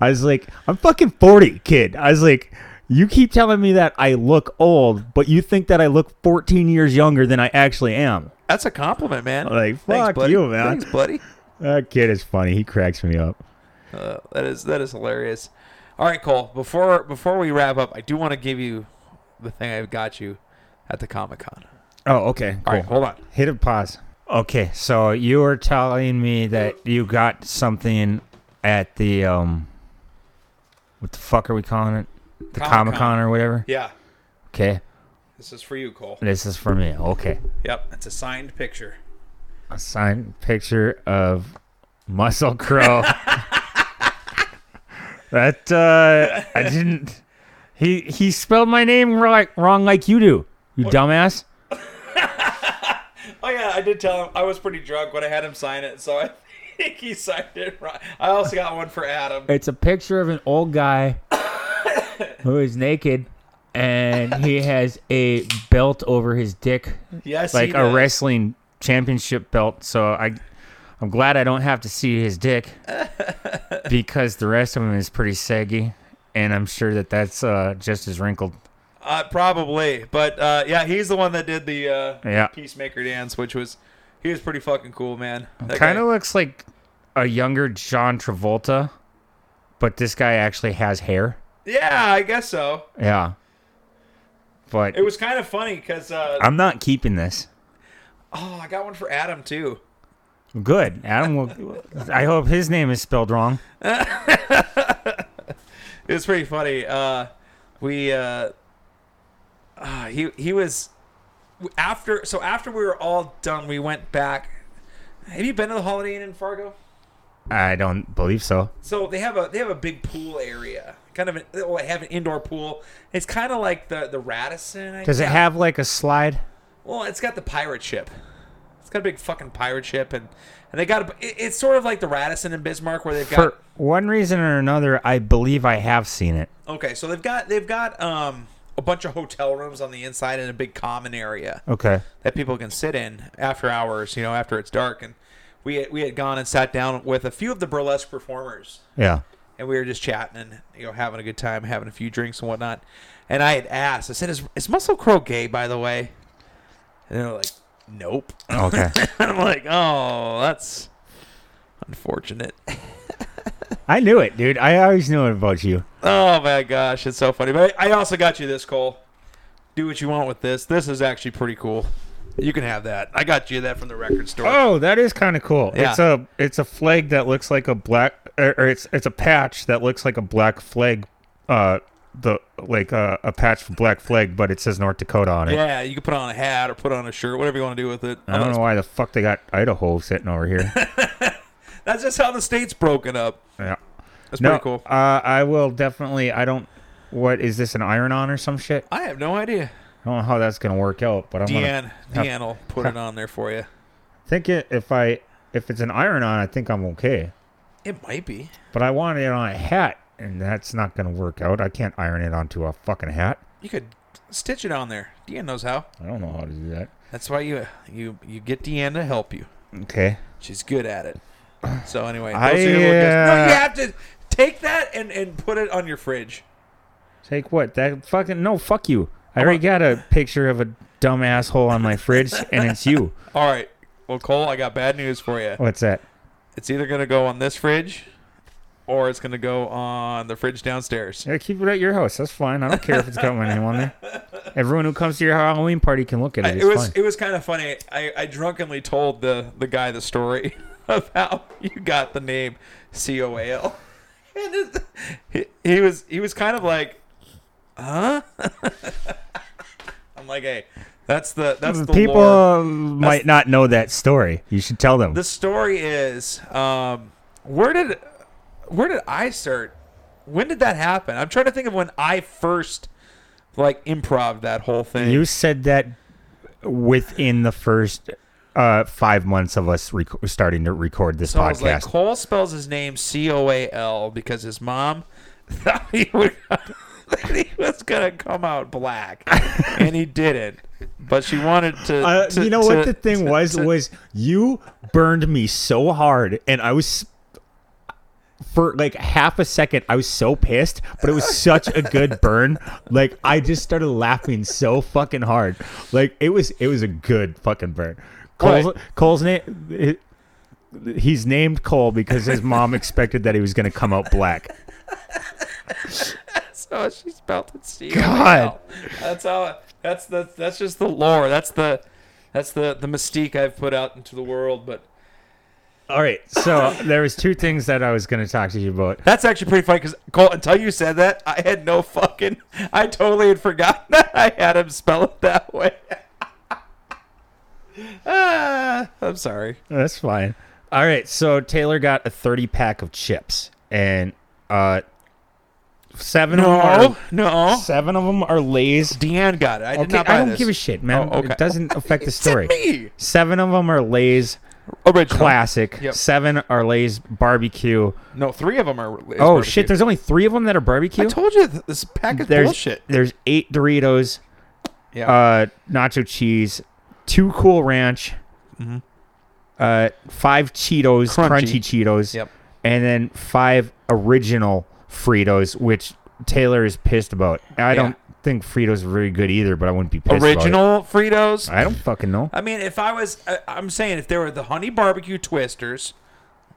Speaker 9: I was like, I'm fucking 40, kid. I was like, you keep telling me that I look old, but you think that I look 14 years younger than I actually am.
Speaker 10: That's a compliment, man.
Speaker 9: Like,
Speaker 10: Thanks,
Speaker 9: fuck
Speaker 10: buddy.
Speaker 9: you, man.
Speaker 10: Thanks, buddy.
Speaker 9: That kid is funny. He cracks me up.
Speaker 10: Uh, that is that is hilarious. All right, Cole. Before before we wrap up, I do want to give you the thing I've got you at the Comic Con.
Speaker 9: Oh, okay.
Speaker 10: All right, hold on.
Speaker 9: Hit a pause. Okay, so you were telling me that you got something at the um, what the fuck are we calling it? The
Speaker 10: Comic-Con.
Speaker 9: Comic Con or whatever.
Speaker 10: Yeah.
Speaker 9: Okay,
Speaker 10: This is for you, Cole.
Speaker 9: this is for me. Okay,
Speaker 10: Yep, it's a signed picture.
Speaker 9: a signed picture of Muscle Crow. that uh, I didn't. He he spelled my name right, wrong like you do. You dumbass.
Speaker 10: Oh yeah, I did tell him I was pretty drunk when I had him sign it, so I think he signed it right. I also got one for Adam.
Speaker 9: It's a picture of an old guy who is naked and he has a belt over his dick.
Speaker 10: Yes,
Speaker 9: like
Speaker 10: he
Speaker 9: a
Speaker 10: does.
Speaker 9: wrestling championship belt. So I I'm glad I don't have to see his dick because the rest of him is pretty saggy and I'm sure that that's uh, just as wrinkled.
Speaker 10: Uh, probably, but uh, yeah, he's the one that did the uh,
Speaker 9: Yeah.
Speaker 10: peacemaker dance, which was he was pretty fucking cool, man. That
Speaker 9: Kind of
Speaker 10: guy-
Speaker 9: looks like a younger John Travolta, but this guy actually has hair.
Speaker 10: Yeah, I guess so.
Speaker 9: Yeah. But
Speaker 10: It was kind of funny because uh,
Speaker 9: I'm not keeping this.
Speaker 10: oh, I got one for Adam too.
Speaker 9: Good. Adam will. I hope his name is spelled wrong.
Speaker 10: It was pretty funny. Uh, we uh, uh, he he was after so after we were all done, we went back. Have you been to the Holiday Inn in Fargo?
Speaker 9: I don't believe so.
Speaker 10: So they have a they have a big pool area, kind of an well, they have an indoor pool. It's kind of like the the Radisson. I
Speaker 9: Does it
Speaker 10: guess.
Speaker 9: have like a slide?
Speaker 10: Well, it's got the pirate ship. It's got a big fucking pirate ship, and and they got a, it- it's sort of like the Radisson in Bismarck where they've got
Speaker 9: For one reason or another, I believe I have seen it.
Speaker 10: Okay, so they've got they've got um a bunch of hotel rooms on the inside and a big common area
Speaker 9: Okay.
Speaker 10: that people can sit in after hours, you know, after it's dark and we had, we had gone and sat down with a few of the burlesque performers
Speaker 9: Yeah.
Speaker 10: and we were just chatting and you know having a good time, having a few drinks and whatnot. And I had asked, I said, "Is, is Muscle Crow gay, by the way?" And they were like, "Nope."
Speaker 9: Okay.
Speaker 10: and I'm like, "Oh, that's unfortunate."
Speaker 9: I knew it, dude. I always knew it about you.
Speaker 10: Oh my gosh, it's so funny. But I I also got you this, Cole. Do what you want with this. This is actually pretty cool. You can have that. I got you that from the record store.
Speaker 9: Oh, that is kind of cool.
Speaker 10: Yeah.
Speaker 9: It's a it's a flag that looks like a black or or it's it's a patch that looks like a black flag uh the like uh, a patch for black flag but it says North Dakota on it.
Speaker 10: Yeah, you can put on a hat or put on a shirt, whatever you want to do with it.
Speaker 9: I don't know why the fuck they got Idaho sitting over here.
Speaker 10: That's just how the state's broken up.
Speaker 9: yeah.
Speaker 10: That's
Speaker 9: no,
Speaker 10: pretty cool.
Speaker 9: Uh, I will definitely I don't what is this an iron on or some shit?
Speaker 10: I have no idea.
Speaker 9: I don't know how that's gonna work out, but I'm
Speaker 10: Deanne,
Speaker 9: gonna
Speaker 10: Deanne will put it on there for you.
Speaker 9: I think it, if I if it's an iron on, I think I'm okay.
Speaker 10: It might be.
Speaker 9: But I want it on a hat, and that's not going to work out. I can't iron it onto a fucking hat.
Speaker 10: You could stitch it on there. Deanne knows how.
Speaker 9: I don't know how to do that.
Speaker 10: That's why you you you get Deanne to help you.
Speaker 9: Okay.
Speaker 10: She's good at it. So anyway,
Speaker 9: I,
Speaker 10: those are your little guesses. No,
Speaker 9: uh,
Speaker 10: you have to take that and and put it on your fridge.
Speaker 9: Take what? That fucking no. Fuck you. I already got a picture of a dumb asshole on my fridge, and it's you.
Speaker 10: All right. Well, Cole, I got bad news for you.
Speaker 9: What's that?
Speaker 10: It's either gonna go on this fridge, or it's gonna go on the fridge downstairs.
Speaker 9: Yeah, keep it at your house. That's fine. I don't care if it's got my name on there. Everyone who comes to your Halloween party can look at it. It's
Speaker 10: it was
Speaker 9: fine.
Speaker 10: it was kind of funny. I, I drunkenly told the the guy the story of how you got the name C O A L, and it, he, he was he was kind of like, huh? I'm like, hey, that's the that's the
Speaker 9: People
Speaker 10: lore.
Speaker 9: might not know that story. You should tell them.
Speaker 10: The story is, um, where did where did I start? When did that happen? I'm trying to think of when I first like improv that whole thing.
Speaker 9: You said that within the first uh, five months of us rec- starting to record this
Speaker 10: So I was like,
Speaker 9: podcast.
Speaker 10: Cole spells his name C O A L because his mom thought he, would, that he was gonna come out black, and he didn't. But she wanted to.
Speaker 9: Uh,
Speaker 10: to-
Speaker 9: you know
Speaker 10: to-
Speaker 9: what the thing was was you burned me so hard, and I was for like half a second I was so pissed, but it was such a good burn. Like I just started laughing so fucking hard. Like it was it was a good fucking burn. Cole's Cole's name. He's named Cole because his mom expected that he was going to come out black.
Speaker 10: So she spelled it C O A L.
Speaker 9: God.
Speaker 10: That's how. That's the. That's just the lore. That's the. That's the the mystique I've put out into the world. But
Speaker 9: All right, so there was two things that I was going to talk to you about.
Speaker 10: that's actually pretty funny because Cole, until you said that, I had no fucking. I totally had forgotten that I had him spell it that way. Ah, I'm sorry.
Speaker 9: That's fine. All right, so Taylor got a 30 pack of chips and uh seven
Speaker 10: No,
Speaker 9: of them
Speaker 10: no.
Speaker 9: Seven of them are Lay's.
Speaker 10: Deanne got it. I did
Speaker 9: okay,
Speaker 10: not buy
Speaker 9: I don't
Speaker 10: this.
Speaker 9: give a shit, man.
Speaker 10: Oh, okay.
Speaker 9: It doesn't affect the story.
Speaker 10: said me.
Speaker 9: Seven of them are Lay's
Speaker 10: Original.
Speaker 9: classic.
Speaker 10: Yep.
Speaker 9: Seven are Lay's barbecue.
Speaker 10: No, three of them are. is
Speaker 9: oh
Speaker 10: barbecue.
Speaker 9: shit, there's only three of them that are barbecue.
Speaker 10: I told you th- this pack of
Speaker 9: there's uh,
Speaker 10: bullshit.
Speaker 9: there's eight Doritos,
Speaker 10: Yeah.
Speaker 9: uh, nacho cheese, two Cool Ranch,
Speaker 10: Mm-hmm.
Speaker 9: uh, five Cheetos,
Speaker 10: Crunchy.
Speaker 9: crunchy, Cheetos,
Speaker 10: Yep.
Speaker 9: and then five original Fritos, which Taylor is pissed about. I don't think Fritos are very good either, but I wouldn't be pissed. about it.
Speaker 10: Original Fritos.
Speaker 9: I don't fucking know.
Speaker 10: I mean, if I was, I, I'm saying if there were the honey barbecue twisters,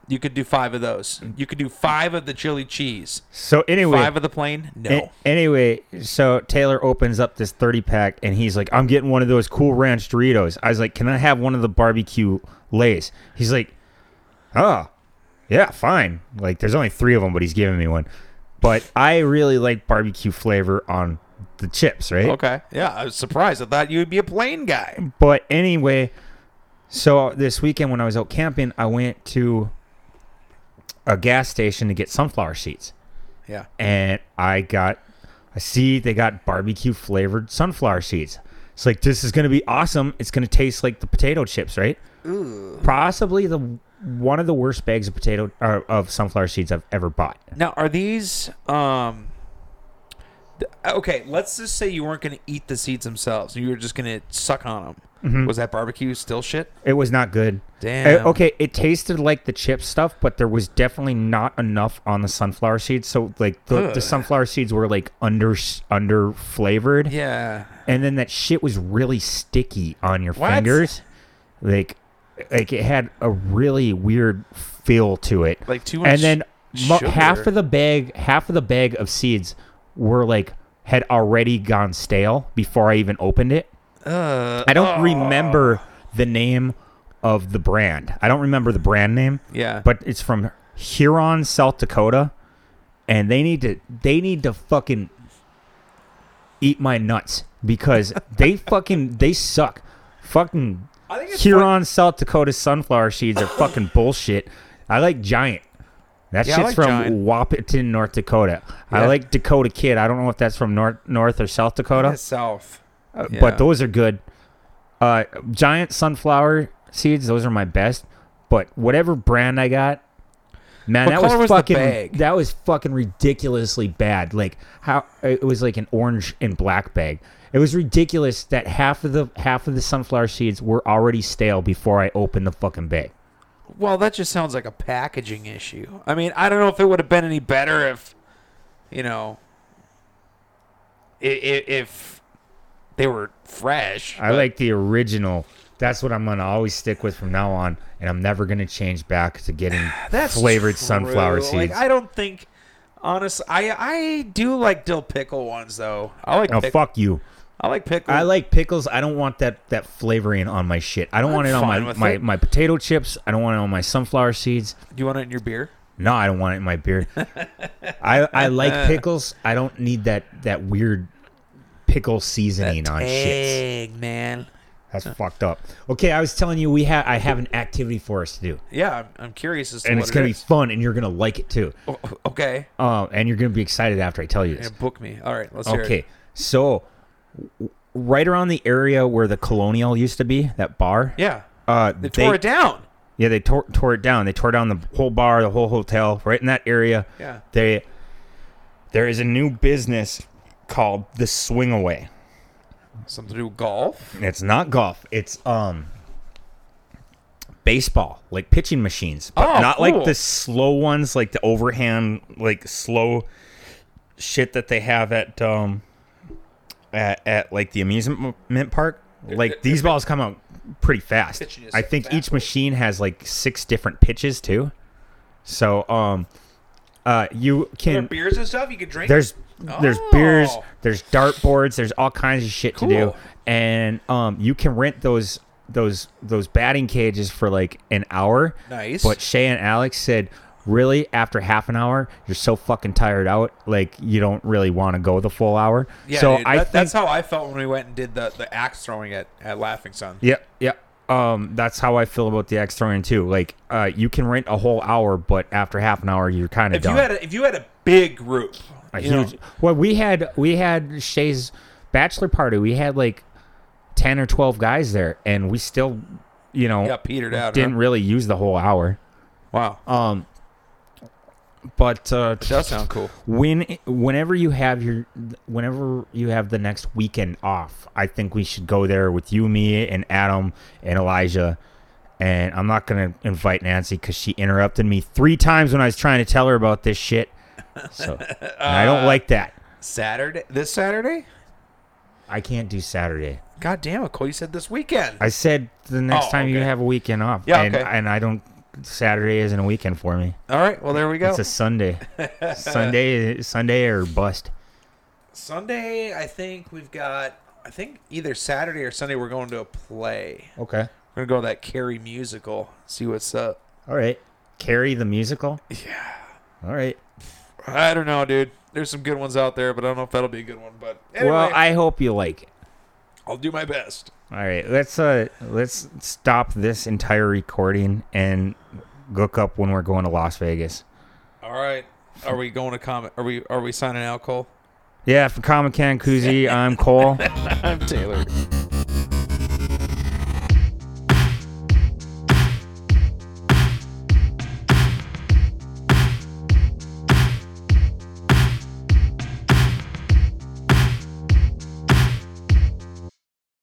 Speaker 10: you could do five of those.
Speaker 9: Mm.
Speaker 10: You could do five of the chili cheese.
Speaker 9: So anyway,
Speaker 10: Five of the plain? No.
Speaker 9: A- anyway, so Taylor opens up this 30 pack and he's like, I'm getting one of those cool ranch Doritos. I was like, Can I have one of the barbecue lays? He's like, Oh, yeah, fine. Like, there's only three of them, but he's giving me one. But I really like barbecue flavor on the chips, right?
Speaker 10: okay. Yeah, I was surprised. I thought you would be a plain guy.
Speaker 9: But anyway, so this weekend when I was out camping, I went to a gas station to get sunflower seeds.
Speaker 10: Yeah.
Speaker 9: and I got I see they got barbecue flavored sunflower seeds. It's like this is gonna be awesome. It's gonna taste like the potato chips, right? Possibly the one of the worst bags of potato or of sunflower seeds I've ever bought.
Speaker 10: Now, are these um th- Okay, let's just say you weren't going to eat the seeds themselves. You were just going to suck on them.
Speaker 9: Mm-hmm.
Speaker 10: Was that barbecue still shit?
Speaker 9: It was not good.
Speaker 10: Damn.
Speaker 9: Uh, okay, it tasted like the chip stuff, but there was definitely not enough on the sunflower seeds. So like the,
Speaker 10: Ugh.
Speaker 9: the sunflower seeds were like under under flavored.
Speaker 10: Yeah.
Speaker 9: and then that shit was really sticky on your
Speaker 10: What?
Speaker 9: fingers like like it had a really weird feel to it
Speaker 10: Like too much
Speaker 9: and then mo-
Speaker 10: sugar.
Speaker 9: half of the bag half of the bag of seeds were like had already gone stale before i even opened it
Speaker 10: Uh,
Speaker 9: I don't
Speaker 10: oh.
Speaker 9: remember the name of the brand. I don't remember the brand name.
Speaker 10: Yeah.
Speaker 9: But it's from Huron, South Dakota, and they need to they need to fucking eat my nuts because they fucking they suck. Fucking Huron, South Dakota sunflower seeds are fucking bullshit. I like Giant. That
Speaker 10: Yeah, I
Speaker 9: shit's
Speaker 10: like
Speaker 9: from
Speaker 10: Giant.
Speaker 9: Wapiton, North Dakota. I
Speaker 10: Yeah.
Speaker 9: like Dakota Kid. I don't know if that's from North North or South Dakota.
Speaker 10: Yeah, South.
Speaker 9: Uh,
Speaker 10: Yeah.
Speaker 9: But those are good. Uh, giant sunflower seeds, those are my best. But whatever brand I got, man,
Speaker 10: What
Speaker 9: that
Speaker 10: color
Speaker 9: was
Speaker 10: was the
Speaker 9: fucking
Speaker 10: bag?
Speaker 9: that was fucking ridiculously bad. Like how it was like an orange and black bag. It was ridiculous that half of the half of the sunflower seeds were already stale before I opened the fucking bag.
Speaker 10: Well, that just sounds like a packaging issue. I mean, I don't know if it would have been any better if, you know, if, if they were fresh.
Speaker 9: I like the original. That's what I'm gonna always stick with from now on, and I'm never gonna change back to getting
Speaker 10: That's
Speaker 9: flavored
Speaker 10: true.
Speaker 9: sunflower
Speaker 10: Like,
Speaker 9: seeds.
Speaker 10: I don't think, honestly, I I do like dill pickle ones though. I like
Speaker 9: oh
Speaker 10: pick-
Speaker 9: fuck you.
Speaker 10: I like pickle.
Speaker 9: I like pickles. I don't want that that flavoring on my shit. I don't
Speaker 10: I'm
Speaker 9: want it on my
Speaker 10: fine with
Speaker 9: my,
Speaker 10: it.
Speaker 9: my potato chips. I don't want it on my sunflower seeds.
Speaker 10: Do you want it in your beer?
Speaker 9: No, I don't want it in my beer. I I
Speaker 10: Uh,
Speaker 9: like pickles. I don't need that that weird pickle seasoning on shit.
Speaker 10: Egg man.
Speaker 9: That's fucked up. Okay, I was telling you we have I have an activity for us to do,
Speaker 10: Yeah, I'm, I'm curious as to
Speaker 9: and
Speaker 10: what
Speaker 9: it's
Speaker 10: it
Speaker 9: gonna
Speaker 10: is.
Speaker 9: be fun, and you're gonna like it too.
Speaker 10: Oh, okay.
Speaker 9: Um, and you're gonna be excited after I tell you this.
Speaker 10: Yeah, book me. All right, let's hear it.
Speaker 9: okay, so w- right around the area where the Colonial used to be, that bar.
Speaker 10: Yeah.
Speaker 9: Uh,
Speaker 10: They, tore it down.
Speaker 9: Yeah, they tore, tore it down. They tore down the whole bar, the whole hotel, right in that area.
Speaker 10: Yeah.
Speaker 9: They there is a new business called the Swing Away.
Speaker 10: Something to do with golf.
Speaker 9: It's not golf. It's um baseball, like pitching machines, but
Speaker 10: Oh,
Speaker 9: not like
Speaker 10: cool.
Speaker 9: the slow ones, like the overhand, like slow shit that they have at um at, at like the amusement park. Like these balls come out pretty fast.
Speaker 10: Pitching is
Speaker 9: I
Speaker 10: so
Speaker 9: think
Speaker 10: fast.
Speaker 9: each machine has like six different pitches too. So um uh you
Speaker 10: There are
Speaker 9: can
Speaker 10: beers and stuff you could drink.
Speaker 9: there's there's beers,
Speaker 10: Oh.
Speaker 9: there's dartboards, there's all kinds of shit to do,
Speaker 10: Cool.
Speaker 9: and um, you can rent those those those batting cages for like an hour.
Speaker 10: Nice.
Speaker 9: But Shay and Alex said, really, after half an hour, you're so fucking tired out, like you don't really want to go the full hour.
Speaker 10: Yeah,
Speaker 9: so
Speaker 10: dude,
Speaker 9: I
Speaker 10: that- that's
Speaker 9: think-
Speaker 10: how I felt when we went and did the, the axe throwing at, at Laughing Sun.
Speaker 9: Yep, yep. Um, that's how I feel about the X throwing too. Like, uh, you can rent a whole hour, but after half an hour, you're kind of
Speaker 10: If
Speaker 9: done.
Speaker 10: you had a, if you had a big group,
Speaker 9: a
Speaker 10: you know,
Speaker 9: huge. Well, we had we had Shay's bachelor party. We had like ten or twelve guys there, and we still, you know,
Speaker 10: got petered out.
Speaker 9: didn't
Speaker 10: huh?
Speaker 9: really use the whole hour.
Speaker 10: wow,
Speaker 9: Um, but uh,
Speaker 10: it does sound cool.
Speaker 9: when whenever you have your whenever you have the next weekend off, I think we should go there with you, me, and Adam and Elijah. And I'm not gonna invite Nancy because she interrupted me three times when I was trying to tell her about this shit. So and I don't like that.
Speaker 10: Saturday, this Saturday.
Speaker 9: I can't do Saturday.
Speaker 10: God damn it, Cole! You said this weekend.
Speaker 9: I said the next
Speaker 10: Oh,
Speaker 9: time you
Speaker 10: okay.
Speaker 9: have a weekend off.
Speaker 10: Yeah,
Speaker 9: and,
Speaker 10: okay.
Speaker 9: and I don't. Saturday isn't a weekend for me.
Speaker 10: All right, well there we go.
Speaker 9: It's a Sunday. Sunday, Sunday or bust.
Speaker 10: Sunday, I think we've got. I think either Saturday or Sunday we're going to a play.
Speaker 9: Okay.
Speaker 10: We're gonna go to that Carrie musical. See what's up.
Speaker 9: All right. Carrie the musical.
Speaker 10: Yeah.
Speaker 9: All right.
Speaker 10: I don't know, dude. There's some good ones out there, but I don't know if that'll be a good one. But anyway,
Speaker 9: Well, I hope you like it.
Speaker 10: I'll do my best.
Speaker 9: All right. Let's uh let's stop this entire recording and look up when we're going to Las Vegas.
Speaker 10: All right. Are we going to comment? Are we are we signing out, Cole?
Speaker 9: Yeah, for Comic Con Koozie, I'm Cole.
Speaker 10: I'm Taylor.